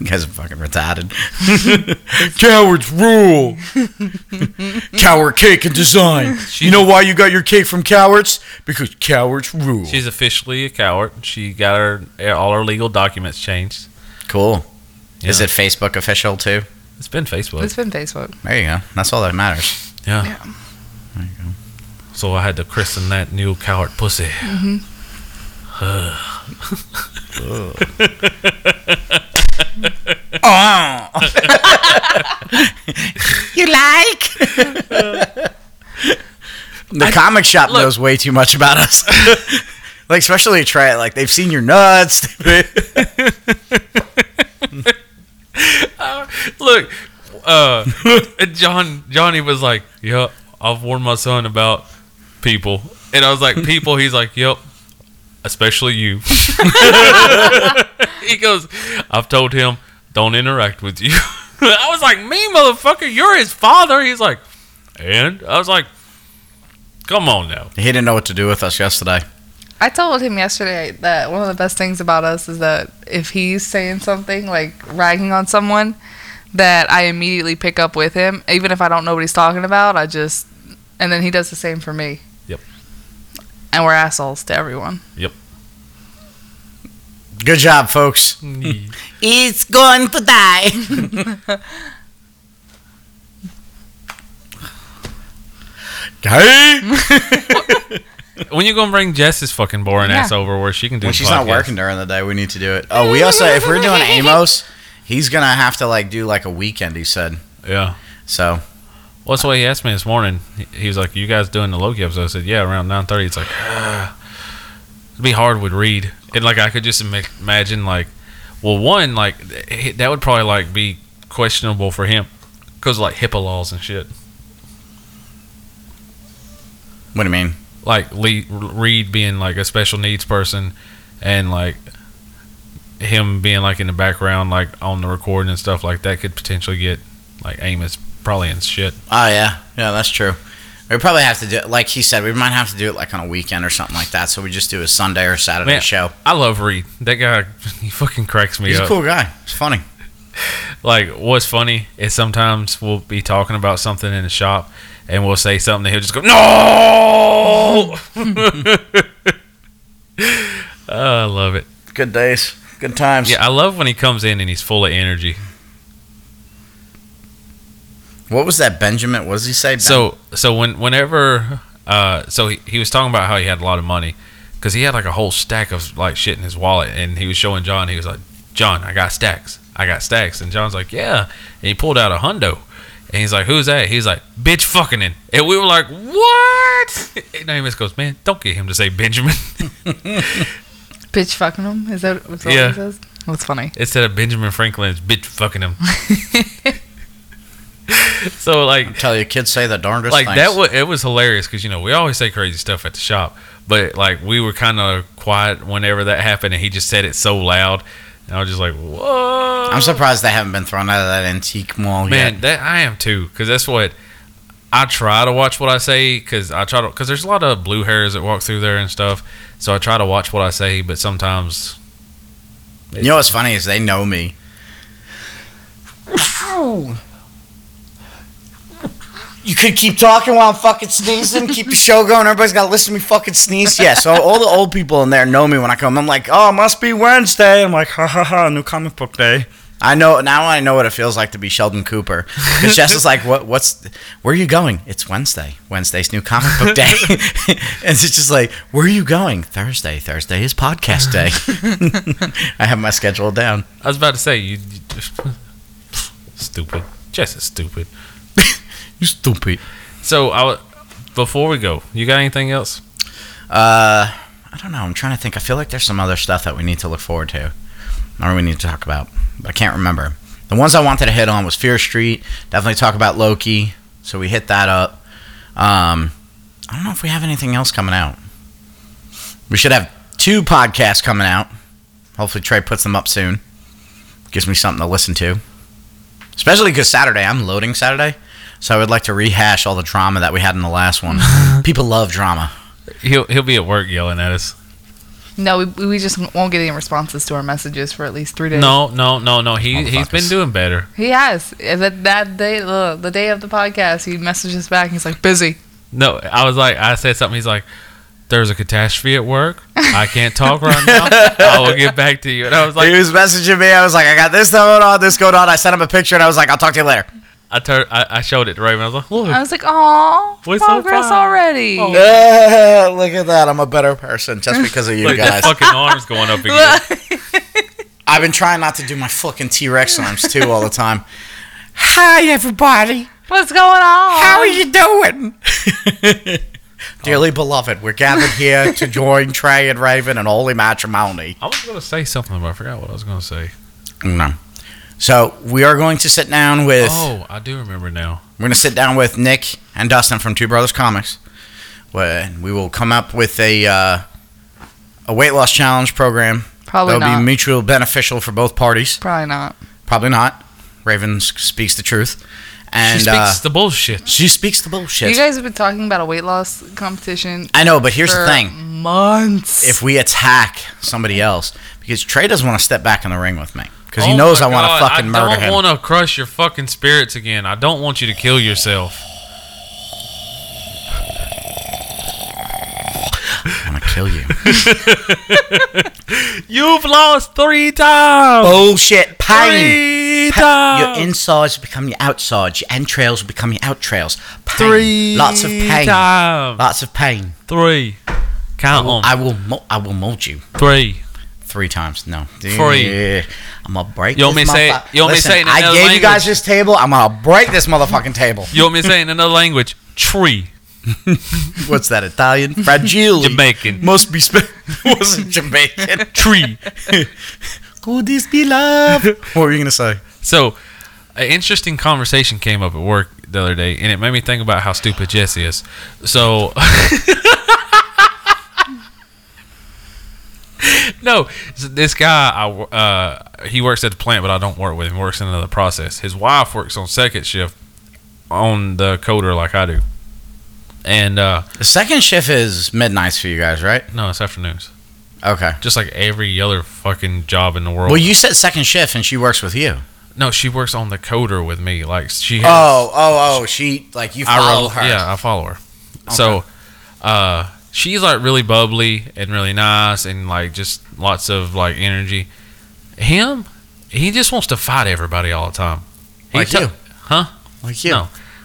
You guys are fucking retarded. Cowards rule. Coward cake and design. You know why you got your cake from cowards? Because cowards rule. She's officially a coward. She got her all her legal documents changed. Cool. Is Yeah. it Facebook official too? It's been Facebook. It's been Facebook. There you go. That's all that matters. yeah. Yeah. So I had to christen that new coward pussy. Oh. you like? the comic shop look- knows way too much about us. like especially Trey, like they've seen your nuts. Look, uh, John Johnny was like, "Yep, I've warned my son about people," and I was like, "People?" He's like, "Yep, especially you." he goes, "I've told him don't interact with you." I was like, "Me, motherfucker, you're his father." He's like, "And?" I was like, "Come on now." he didn't know what to do with us yesterday. I told him yesterday that one of the best things about us is that if he's saying something like ragging on someone, that I immediately pick up with him, even if I don't know what he's talking about. I just, and then he does the same for me. Yep. And we're assholes to everyone. Good job, folks. It's going to die. hey! when you gonna bring Jess's fucking boring Yeah. ass over where she can do? When the she's not podcast? working during the day, we need to do it. Oh, we also if we're doing Amos, he's gonna have to like do like a weekend. He said Yeah. so. Well, that's what he asked me this morning. He- He was like, "You guys doing the Loki episode?" I said, "Yeah, around 9.30. It's like "Ah." it'd be hard with Reed, and like I could just ima- imagine like, well, one like th- that would probably like be questionable for him because like HIPAA laws and shit. What do you mean? Like Le- Reed being like a special needs person, and like him being like in the background, like on the recording and stuff like that, could potentially get like Amos probably in shit. Oh yeah, yeah, that's true. We probably have to do like he said. We might have to do it like on a weekend or something like that. So we just do a Sunday or Saturday Man, show. I love Reed. That guy, he fucking cracks me He's up. a cool guy. He's funny. like what's funny is sometimes we'll be talking about something in the shop and we'll say something and he'll just go no Oh, i love it Good days. Good times. yeah i love when he comes in and he's full of energy What was that, Benjamin? What does he say? Ben- so so when whenever uh so he, he was talking about how he had a lot of money because he had like a whole stack of like shit in his wallet and he was showing john he was like john i got stacks i got stacks and john's like yeah and he pulled out a hundo and he's like who's that he's like bitch fucking in and we were like what and Namus goes man don't get him to say benjamin Bitch fucking him. Is that what's all Yeah. he says? That's funny. instead of benjamin franklin it's bitch fucking him so like tell your kids say the darndest like things. that was it was hilarious because you know we always say crazy stuff at the shop but like we were kind of quiet whenever that happened and he just said it so loud and i was just like whoa I'm surprised they haven't been thrown out of that antique mall man yet. that i am too because that's what i try to watch what i say because i try to because there's a lot of blue hairs that walk through there and stuff so i try to watch what i say but sometimes You know what's funny is they know me. You could keep talking while I'm fucking sneezing. Keep your show going. Everybody's got to listen to me fucking sneeze. Yeah, so all the old people in there know me when I come. I'm like, oh, it must be Wednesday. I'm like, ha ha ha, new comic book day. I know now. I know what it feels like to be Sheldon Cooper. Because Jess is like, what? What's? Where are you going? It's Wednesday. Wednesday's new comic book day. and it's just like, where are you going? Thursday. Thursday is podcast day. I have my schedule down. i was about to say you, you stupid jess is stupid You stupid. so i wa- before we go you got anything else Uh, I don't know. I'm trying to think. I feel like there's some other stuff that we need to look forward to, or we need to talk about. But I can't remember. The ones I wanted to hit on was Fear Street. Definitely talk about Loki. So we hit that up. Um, I don't know if we have anything else coming out. We should have two podcasts coming out. Hopefully Trey puts them up soon. Gives me something to listen to. Especially because Saturday, I'm loading Saturday. So I would like to rehash all the drama that we had in the last one. People love drama. He'll he'll be at work yelling at us. No, we, we just won't get any responses to our messages for at least three days. No, no, no, no. He he's been Motherfuckers. doing better. He has. That, that day, the, the day of the podcast, he messages back and he's like, busy. No, I was like, I said something. He's like, "There's a catastrophe at work. I can't talk right now. I will get back to you." And I was he like, was messaging me. I was like, I got this going on, this going on. I sent him a picture, and I was like, I'll talk to you later. I turned, I, I showed it to Raven. I was like, "Look, Oh. I was like, "Aw, We're so progress proud." already." Oh. Look at that! I'm a better person just because of you look, that guys. fucking arm's going up again." I've been trying not to do my fucking T Rex arms too all the time. Hi everybody, What's going on? how are you doing? Dearly beloved, we're gathered here to join Trey and Raven in holy matrimony. I was gonna say something, but I forgot what I was gonna say. No. So we are going to sit down with. Oh, I do remember now. We're going to sit down with Nick and Dustin from Two Brothers Comics. When we will come up with a uh, a weight loss challenge program Probably that'll not. be mutual beneficial for both parties. Probably not. Probably not. Raven s- speaks the truth, and she speaks uh, the bullshit. she speaks the bullshit. You guys have been talking about a weight loss competition. I know, but here's for the thing: months. if we attack somebody else, because Trey doesn't want to step back in the ring with me, because he Oh knows my I want God, to fucking I murder don't him. want to crush your fucking spirits again. I don't want you to kill yourself. I want to kill you. You've lost three times. bullshit pain. Oh, Three Pa- times. Your insides will become your outsides. Your entrails will become your outrails. Pain. Three Lots of pain. times. Oh. Lots of pain. Three. Count them. Oh, I will. Mo- I will mold you Three. three times. No. Three. Yeah. I'm gonna break. You want this me to say it- motherfu- you want me to Listen, say it in I another gave you language? guys this table. I'm gonna break this motherfucking table. You want me to say it in another language? Tree. What's that Italian? Fragile. Jamaican. Must be. Sp- wasn't Jamaican. Tree. Could this be love? what were you gonna say? So, an interesting conversation came up at work the other day, and it made me think about how stupid Jess is. So, no, so this guy, I, wo- uh, he works at the plant, but I don't work with him. He works in another process. His wife works on second shift on the coder like I do, and uh, The second shift is midnights for you guys, right? no, it's afternoons. Okay. Just like every other fucking job in the world. Well, you said second shift, and she works with you. No, she works on the coder with me. Like she has. Oh, oh, oh! She like you I follow rel- her. Yeah, I follow her. So, uh, she's like really bubbly and really nice and like just lots of like energy. Him, he just wants to fight everybody all the time. He Like ta- you. huh? like you. No,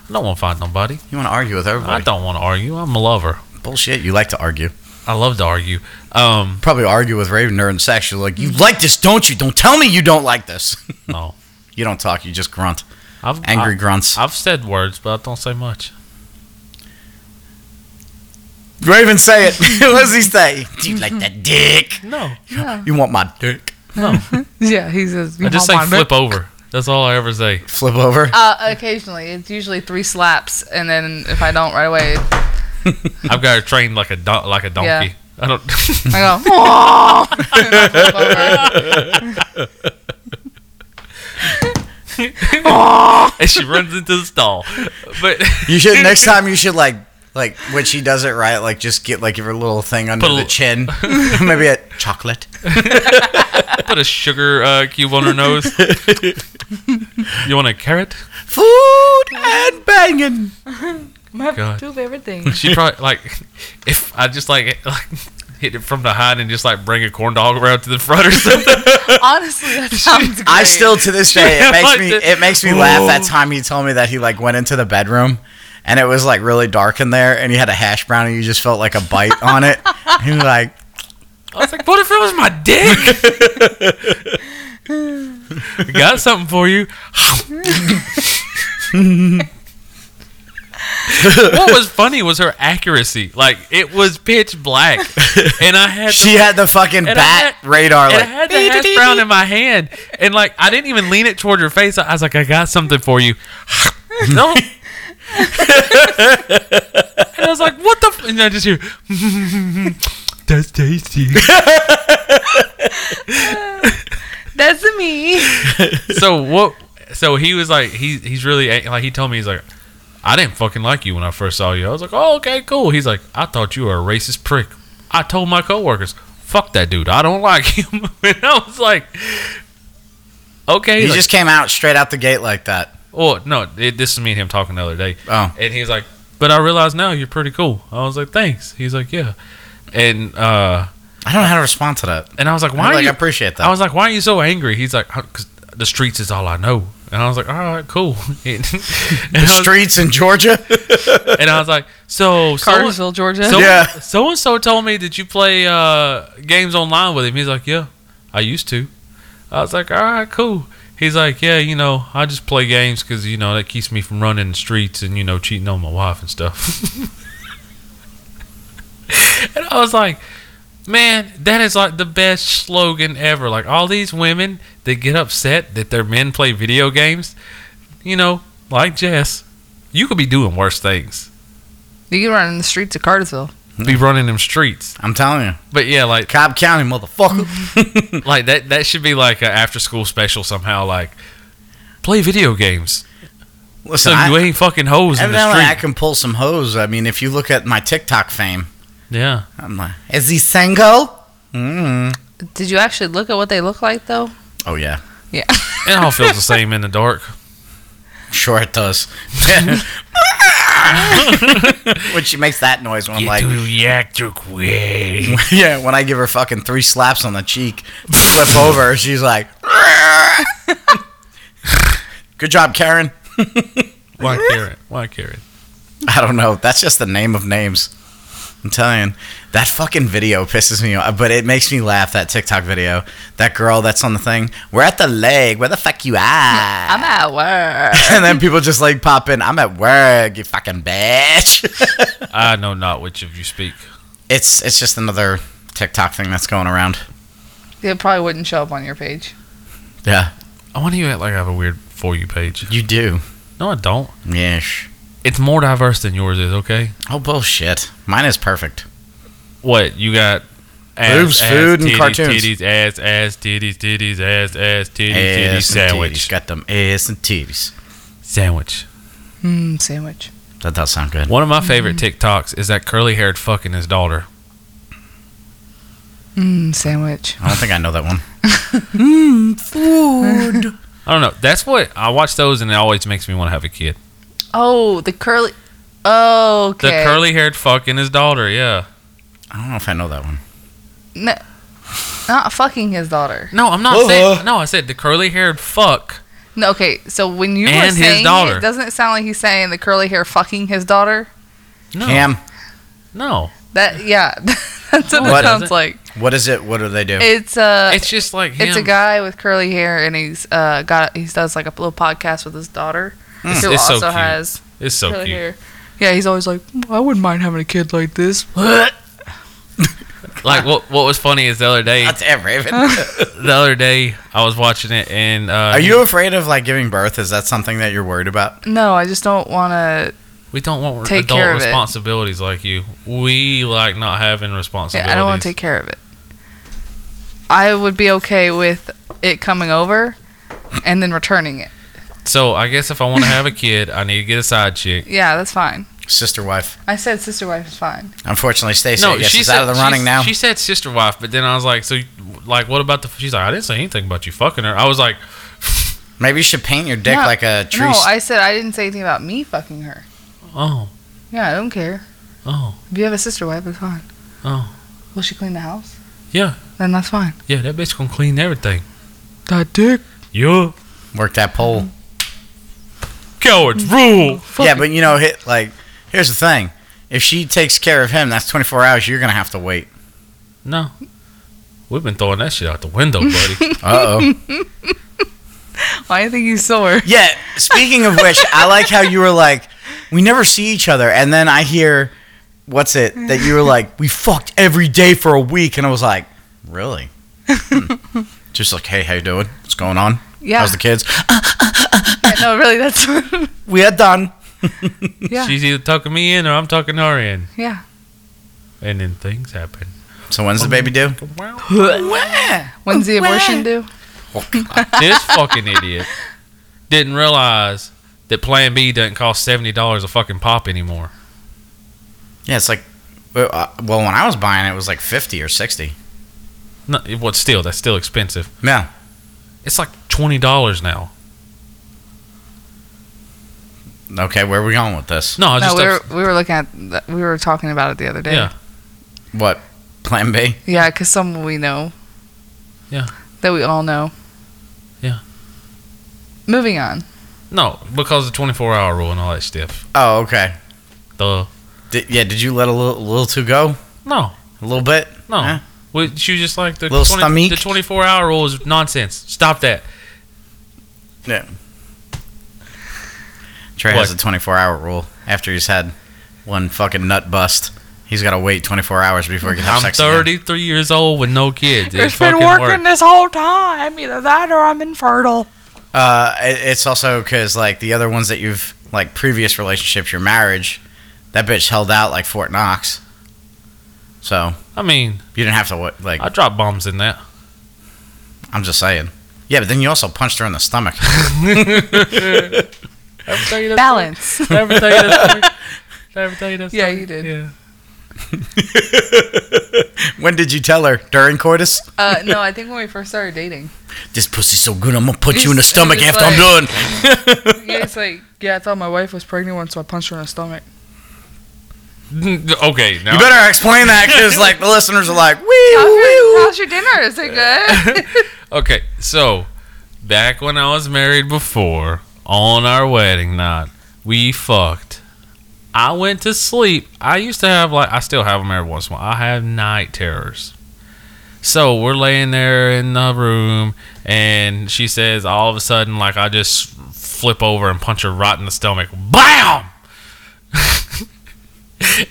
I don't want to fight nobody. You want to argue with I everybody? don't want to argue. I'm a lover. Bullshit! You like to argue. I love to argue. Um, Probably argue with Raven during sex. You're like, you like this, don't you? Don't tell me you don't like this. no, you don't talk. You just grunt. I've Angry grunts. I, I've said words, but I don't say much. Raven, say it. what does he say? Do you like that dick? No, You want my dick? Yeah, he says. I just say flip over. That's all I ever say. Flip over. Uh, occasionally, it's usually three slaps, and then if I don't right away, I've got her trained like a don- like a donkey. I don't. I go. "Whoa!" And I flip over. and she runs into the stall. But You should next time. You should like like when she does it right. Like just get like your little thing under Put a the l- chin. Maybe a chocolate. put a sugar uh, cube on her nose. you want a carrot? Food and banging. My God. two favorite things. She probably like if I just like like hit it from behind and just like bring a corn dog around to the front or something. Honestly, that sounds great. I still to this day it makes Like me the- it makes me laugh that time he told me that he like went into the bedroom and it was like really dark in there and he had a hash brown and you just felt like a bite on it. He was like, I was like, what if it was my dick? Got something for you. what was funny was her accuracy. Like it was pitch black, and I had she had the fucking And I bat had- radar and I like had the hash brown in my hand, and like I didn't even lean it toward her face. I I was like, I got something for you. no. and I was like, what the? F-? And I just hear, that's tasty. That's me. so what? So he was like, he he's really a- like he told me he's like, I didn't fucking like you when I first saw you. I was like, oh okay, cool. He's like, I thought you were a racist prick. I told my coworkers, fuck that dude. I don't like him. and I was like, okay. he He's like, just came out straight out the gate like that. Well, no, it, this is me and him talking the other day. Oh. And he's like, but I realize now you're pretty cool. I was like, thanks. He's like, yeah. And uh, I don't know how to respond to that. and I was like, why I are like you? Oh, I appreciate that. I was like, why are you so angry? He's like, because the streets is all I know. And I was like, all right, cool. And, and the I, was, streets in Georgia? and I was like, so so Cartersville, Georgia. so Yeah. so and so told me that you play uh, games online with him. He's like, yeah, I used to. I was like, all right, cool. He's like, yeah, you know, I just play games because you know that keeps me from running the streets and you know cheating on my wife and stuff. and I was like, man, that is like the best slogan ever. Like all these women that get upset that their men play video games, you know, like Jess, you could be doing worse things. you can run in the streets of Cartersville. Be running them streets. I'm telling you. But yeah, like Cobb County, motherfucker. like that that should be like an after school special somehow. Like play video games so Listen, I, you ain't fucking hoes in the evidently street. I can pull some hoes. I mean, if you look at my TikTok fame, yeah, I'm like, is he single? Mm. Did you actually look at what they look like though? Oh yeah, Yeah. it all feels the same in the dark. sure it does. when she makes that noise when I'm like, electric way. yeah, when I give her fucking three slaps on the cheek, flip over, she's like, good job, Karen. Why Karen? Why Karen? I don't know. That's just the name of names. I'm telling you, that fucking video pisses me off, but it makes me laugh. That TikTok video, that girl that's on the thing, we're at the leg. Where the fuck you at? I'm at work. and then people just like pop in. I'm at work, you fucking bitch. I know not which of you speak. it's it's just another TikTok thing that's going around. It probably wouldn't show up on your page. Yeah, I want you act like I have a weird for you page. you do. No, I don't. Yesh. It's more diverse than yours is. Okay. Oh bullshit. Mine is perfect. What you got? Ass, Boobs, food, and titties, cartoons. Titties, ass, ass, titties, titties, ass, ass, titties, titties, Ass and titties. sandwich, Got them ass and titties. sandwich. Mm, sandwich. That does sound good. One of my favorite Mm-hmm. TikToks is that curly haired fucking his daughter. Mm, sandwich. I don't think I know that one. I don't know. That's what I watch those, and it always makes me want to have a kid. Oh, the curly. Oh, okay. The curly haired fuck and his daughter. Yeah. I don't know if I know that one. No, not fucking his daughter. No, I'm not Uh-huh. saying. No, I said the curly haired fuck. No, okay. So when you were And his saying it, daughter. doesn't it sound like he's saying the curly hair fucking his daughter? No. Cam, No. That yeah, that's what What it sounds is it? like. what is it? What do they do? It's uh, It's just like him. It's a guy with curly hair, and he's uh, got he does like a little podcast with his daughter, Hmm. who It's so also cute. has It's so curly cute. hair. Yeah, he's always like, "Mm, I wouldn't mind having a kid like this. Like what? What was funny is the other day. That's it, Raven. The other day I was watching it, and uh, Are you afraid of like giving birth? Is that something that you're worried about? No, I just don't want to. We don't want Take adult care of it. responsibilities like you. We like not having responsibilities. Yeah, I don't want to take care of it. I would be okay with it coming over, and then returning it. So I guess if I want to have a kid, I need to get a side chick. Yeah, that's fine. Sister wife. I said sister wife is fine. Unfortunately, Stacey I guess, is out of the running she's- now. She said sister wife, but then I was like, so like what about the? She's like, I didn't say anything about you fucking her. I was like, Maybe you should paint your dick No, like a tree. No, s- I said I didn't say anything about me fucking her. oh, Yeah, I don't care. oh, If you have a sister wife, it's fine. oh, Will she clean the house? Yeah. Then that's fine. yeah, that bitch gonna clean everything. That dick. Yeah, Work that pole. Mm. cowards rule. Yeah, but you know, hit like here's the thing. If she takes care of him, that's 24 hours. You're gonna have to wait. No, we've been throwing that shit out the window, buddy. Uh oh. Why do you think he's sore? yeah. Speaking of which, I like how you were like, we never see each other, and then I hear, what's it that you were like, we fucked every day for a week, and I was like, really? Hmm. Just like, hey, how you doing? What's going on? Yeah. How's the kids? Yeah, no, really, that's We are done. yeah, She's either tucking me in or I'm tucking her in, yeah. and then things happen. So when's the baby due? When's the abortion due? this fucking idiot didn't realize that Plan B doesn't cost seventy dollars a fucking pop anymore. Yeah, it's like, well, uh, well, when I was buying it, it was like 50 or 60. No, well, still that's still expensive. Yeah. It's like twenty dollars now. Okay, where are we going with this? No, I was No, just we were ups- we were looking at th- we were talking about it the other day. yeah. What? Plan B? yeah, because some we know. Yeah. That we all know. Yeah. Moving on. No, because the twenty four hour rule and all that stuff. Oh, okay. The Did, yeah, did you let a little, little too go? no, A little bit? no. Huh? We- she was just like the Little 20, the stomach. twenty four hour rule is nonsense. Stop that. Trey has What? a 24 hour rule. After he's had one fucking nut bust, he's got to wait 24 hours before he can have I'm sex. again. thirty three years old with no kids. It's fucking work. this whole time. Either that or I'm infertile. Uh, it- it's also because, like, the other ones that you've, like, previous relationships, your marriage, that bitch held out like Fort Knox. So I mean, you didn't have to, wait, like, I drop bombs in that. I'm just saying. Yeah, but then you also punched her in the stomach. Balance. Everything that's everything that's Yeah, you did. Yeah. when did you tell her? During coitus? Uh, no, I think when we first started dating, This pussy's so good, I'm gonna punch you in the It's- stomach it's after I'm done. yeah, it's like yeah, I thought my wife was pregnant once, so I punched her in the stomach. Okay, now You better explain that because, like, the listeners are like, wee, wee, wee. How's your dinner? Is it good? Okay, so back when I was married before, on our wedding night, we fucked. I went to sleep. I used to have like I still have them every once in a while. I have night terrors. So we're laying there in the room, and she says all of a sudden, like I just flip over and punch her right in the stomach. Bam!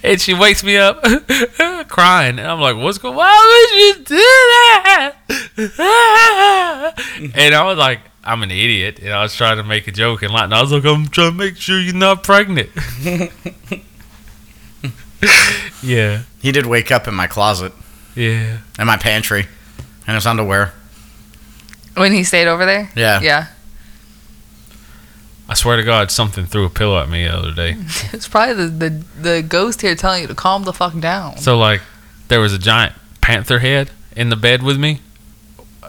and she wakes me up crying, and I'm like, "What's going? Why would you do that?" and I was like, "I'm an idiot," and I was trying to make a joke, and like, and I was like, "I'm trying to make sure you're not pregnant." yeah, He did wake up in my closet, yeah. in my pantry, in his underwear. when he stayed over there. Yeah. Yeah. I swear to God, something threw a pillow at me the other day. It's probably the, the the ghost here telling you to calm the fuck down. So like, there was a giant panther head in the bed with me.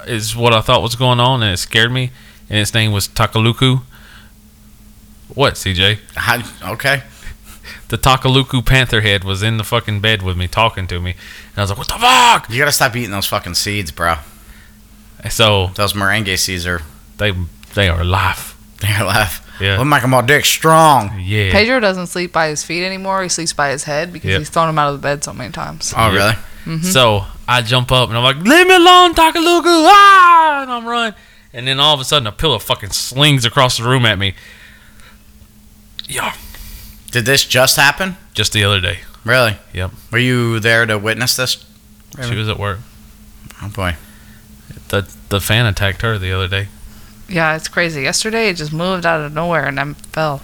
Is what I thought was going on, and it scared me. and its name was Takaluku. What, CJ? I, okay. The Takaluku Pantherhead was in the fucking bed with me talking to me. And I was like, what the fuck? You gotta stop eating those fucking seeds, bro. So Those merengue seeds are they they are life. they're left. Yeah. We'll make them all dick strong. Yeah. Pedro doesn't sleep by his feet anymore. He sleeps by his head because Yep. he's thrown him out of the bed so many times. Oh, Yeah. really? So I jump up and I'm like, leave me alone, Takaluku! Ah! And I'm running. And then all of a sudden, a pillow fucking slings across the room at me. Yeah. Did this just happen? Just the other day. Really? Yep. Were you there to witness this? She was at work. Oh boy. The, the fan attacked her the other day. Yeah, it's crazy. Yesterday it just moved out of nowhere and I fell.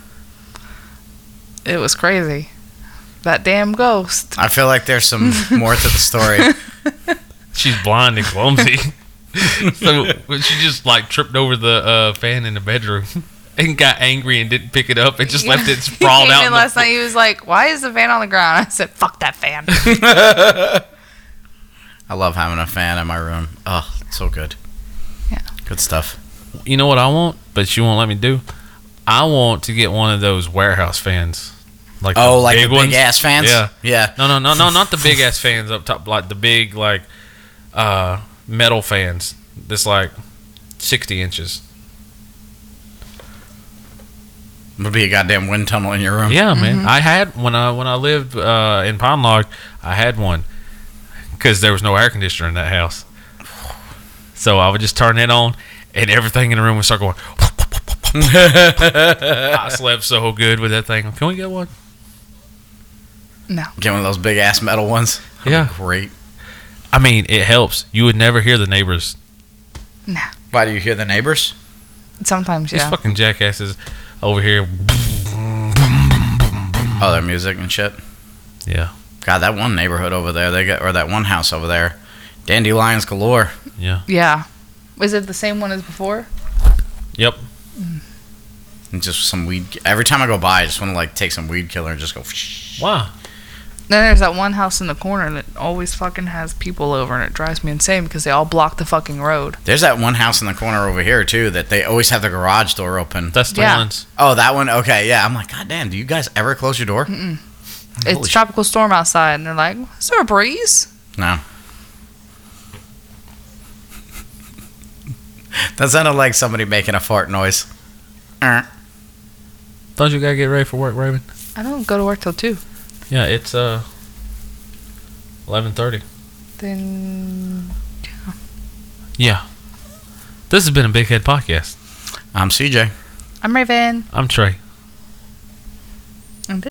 It was crazy. That damn ghost. I feel like there's some more to the story. She's blind and clumsy. so she just like tripped over the uh, fan in the bedroom and got angry and didn't pick it up and just left it sprawled he out. Came in in the last flo- night he was like, "Why is the fan on the ground?" I said, "Fuck that fan." I love having a fan in my room. Oh, it's so good. Yeah. Good stuff. You know what I want, but she won't let me do? I want to get one of those warehouse fans. Like the Oh, like the big ones. ass fans? Yeah. Yeah. No, no, no, no, not the big ass fans up top, like the big like uh metal fans. That's like sixty inches. Would be a goddamn wind tunnel in your room. Yeah, man. Mm-hmm. I had when I when I lived uh, in Pine Log, I had one because there was no air conditioner in that house. So I would just turn it on, and everything in the room would start going. I slept so good with that thing. Can we get one? no. Get one of those big ass metal ones. Yeah. Great. I mean, it helps. You would never hear the neighbors. Why do you hear the neighbors? Sometimes, These yeah. fucking jackasses over here. Oh, their music and shit. Yeah, God, that one neighborhood over there, they got, or that one house over there, dandelions galore. yeah. Yeah. Is it the same one as before? Yep. And just some weed. Every time I go by, I just want to like take some weed killer and just go. Wow. Then there's that one house in the corner that always fucking has people over, and it drives me insane because they all block the fucking road. There's that one house in the corner over here too that they always have the garage door open. That's the Yeah. ones. Oh, that one. Okay, yeah. I'm like, God damn, do you guys ever close your door? It's Holy sh- tropical storm outside, and they're like, "Is there a breeze?" No. that sounded like somebody making a fart noise. Er. Don't you gotta get ready for work, Raven? I don't go to work till two. Yeah, it's uh eleven thirty. Then Yeah. This has been a Big Head Podcast. I'm CJ. I'm Raven. I'm Trey.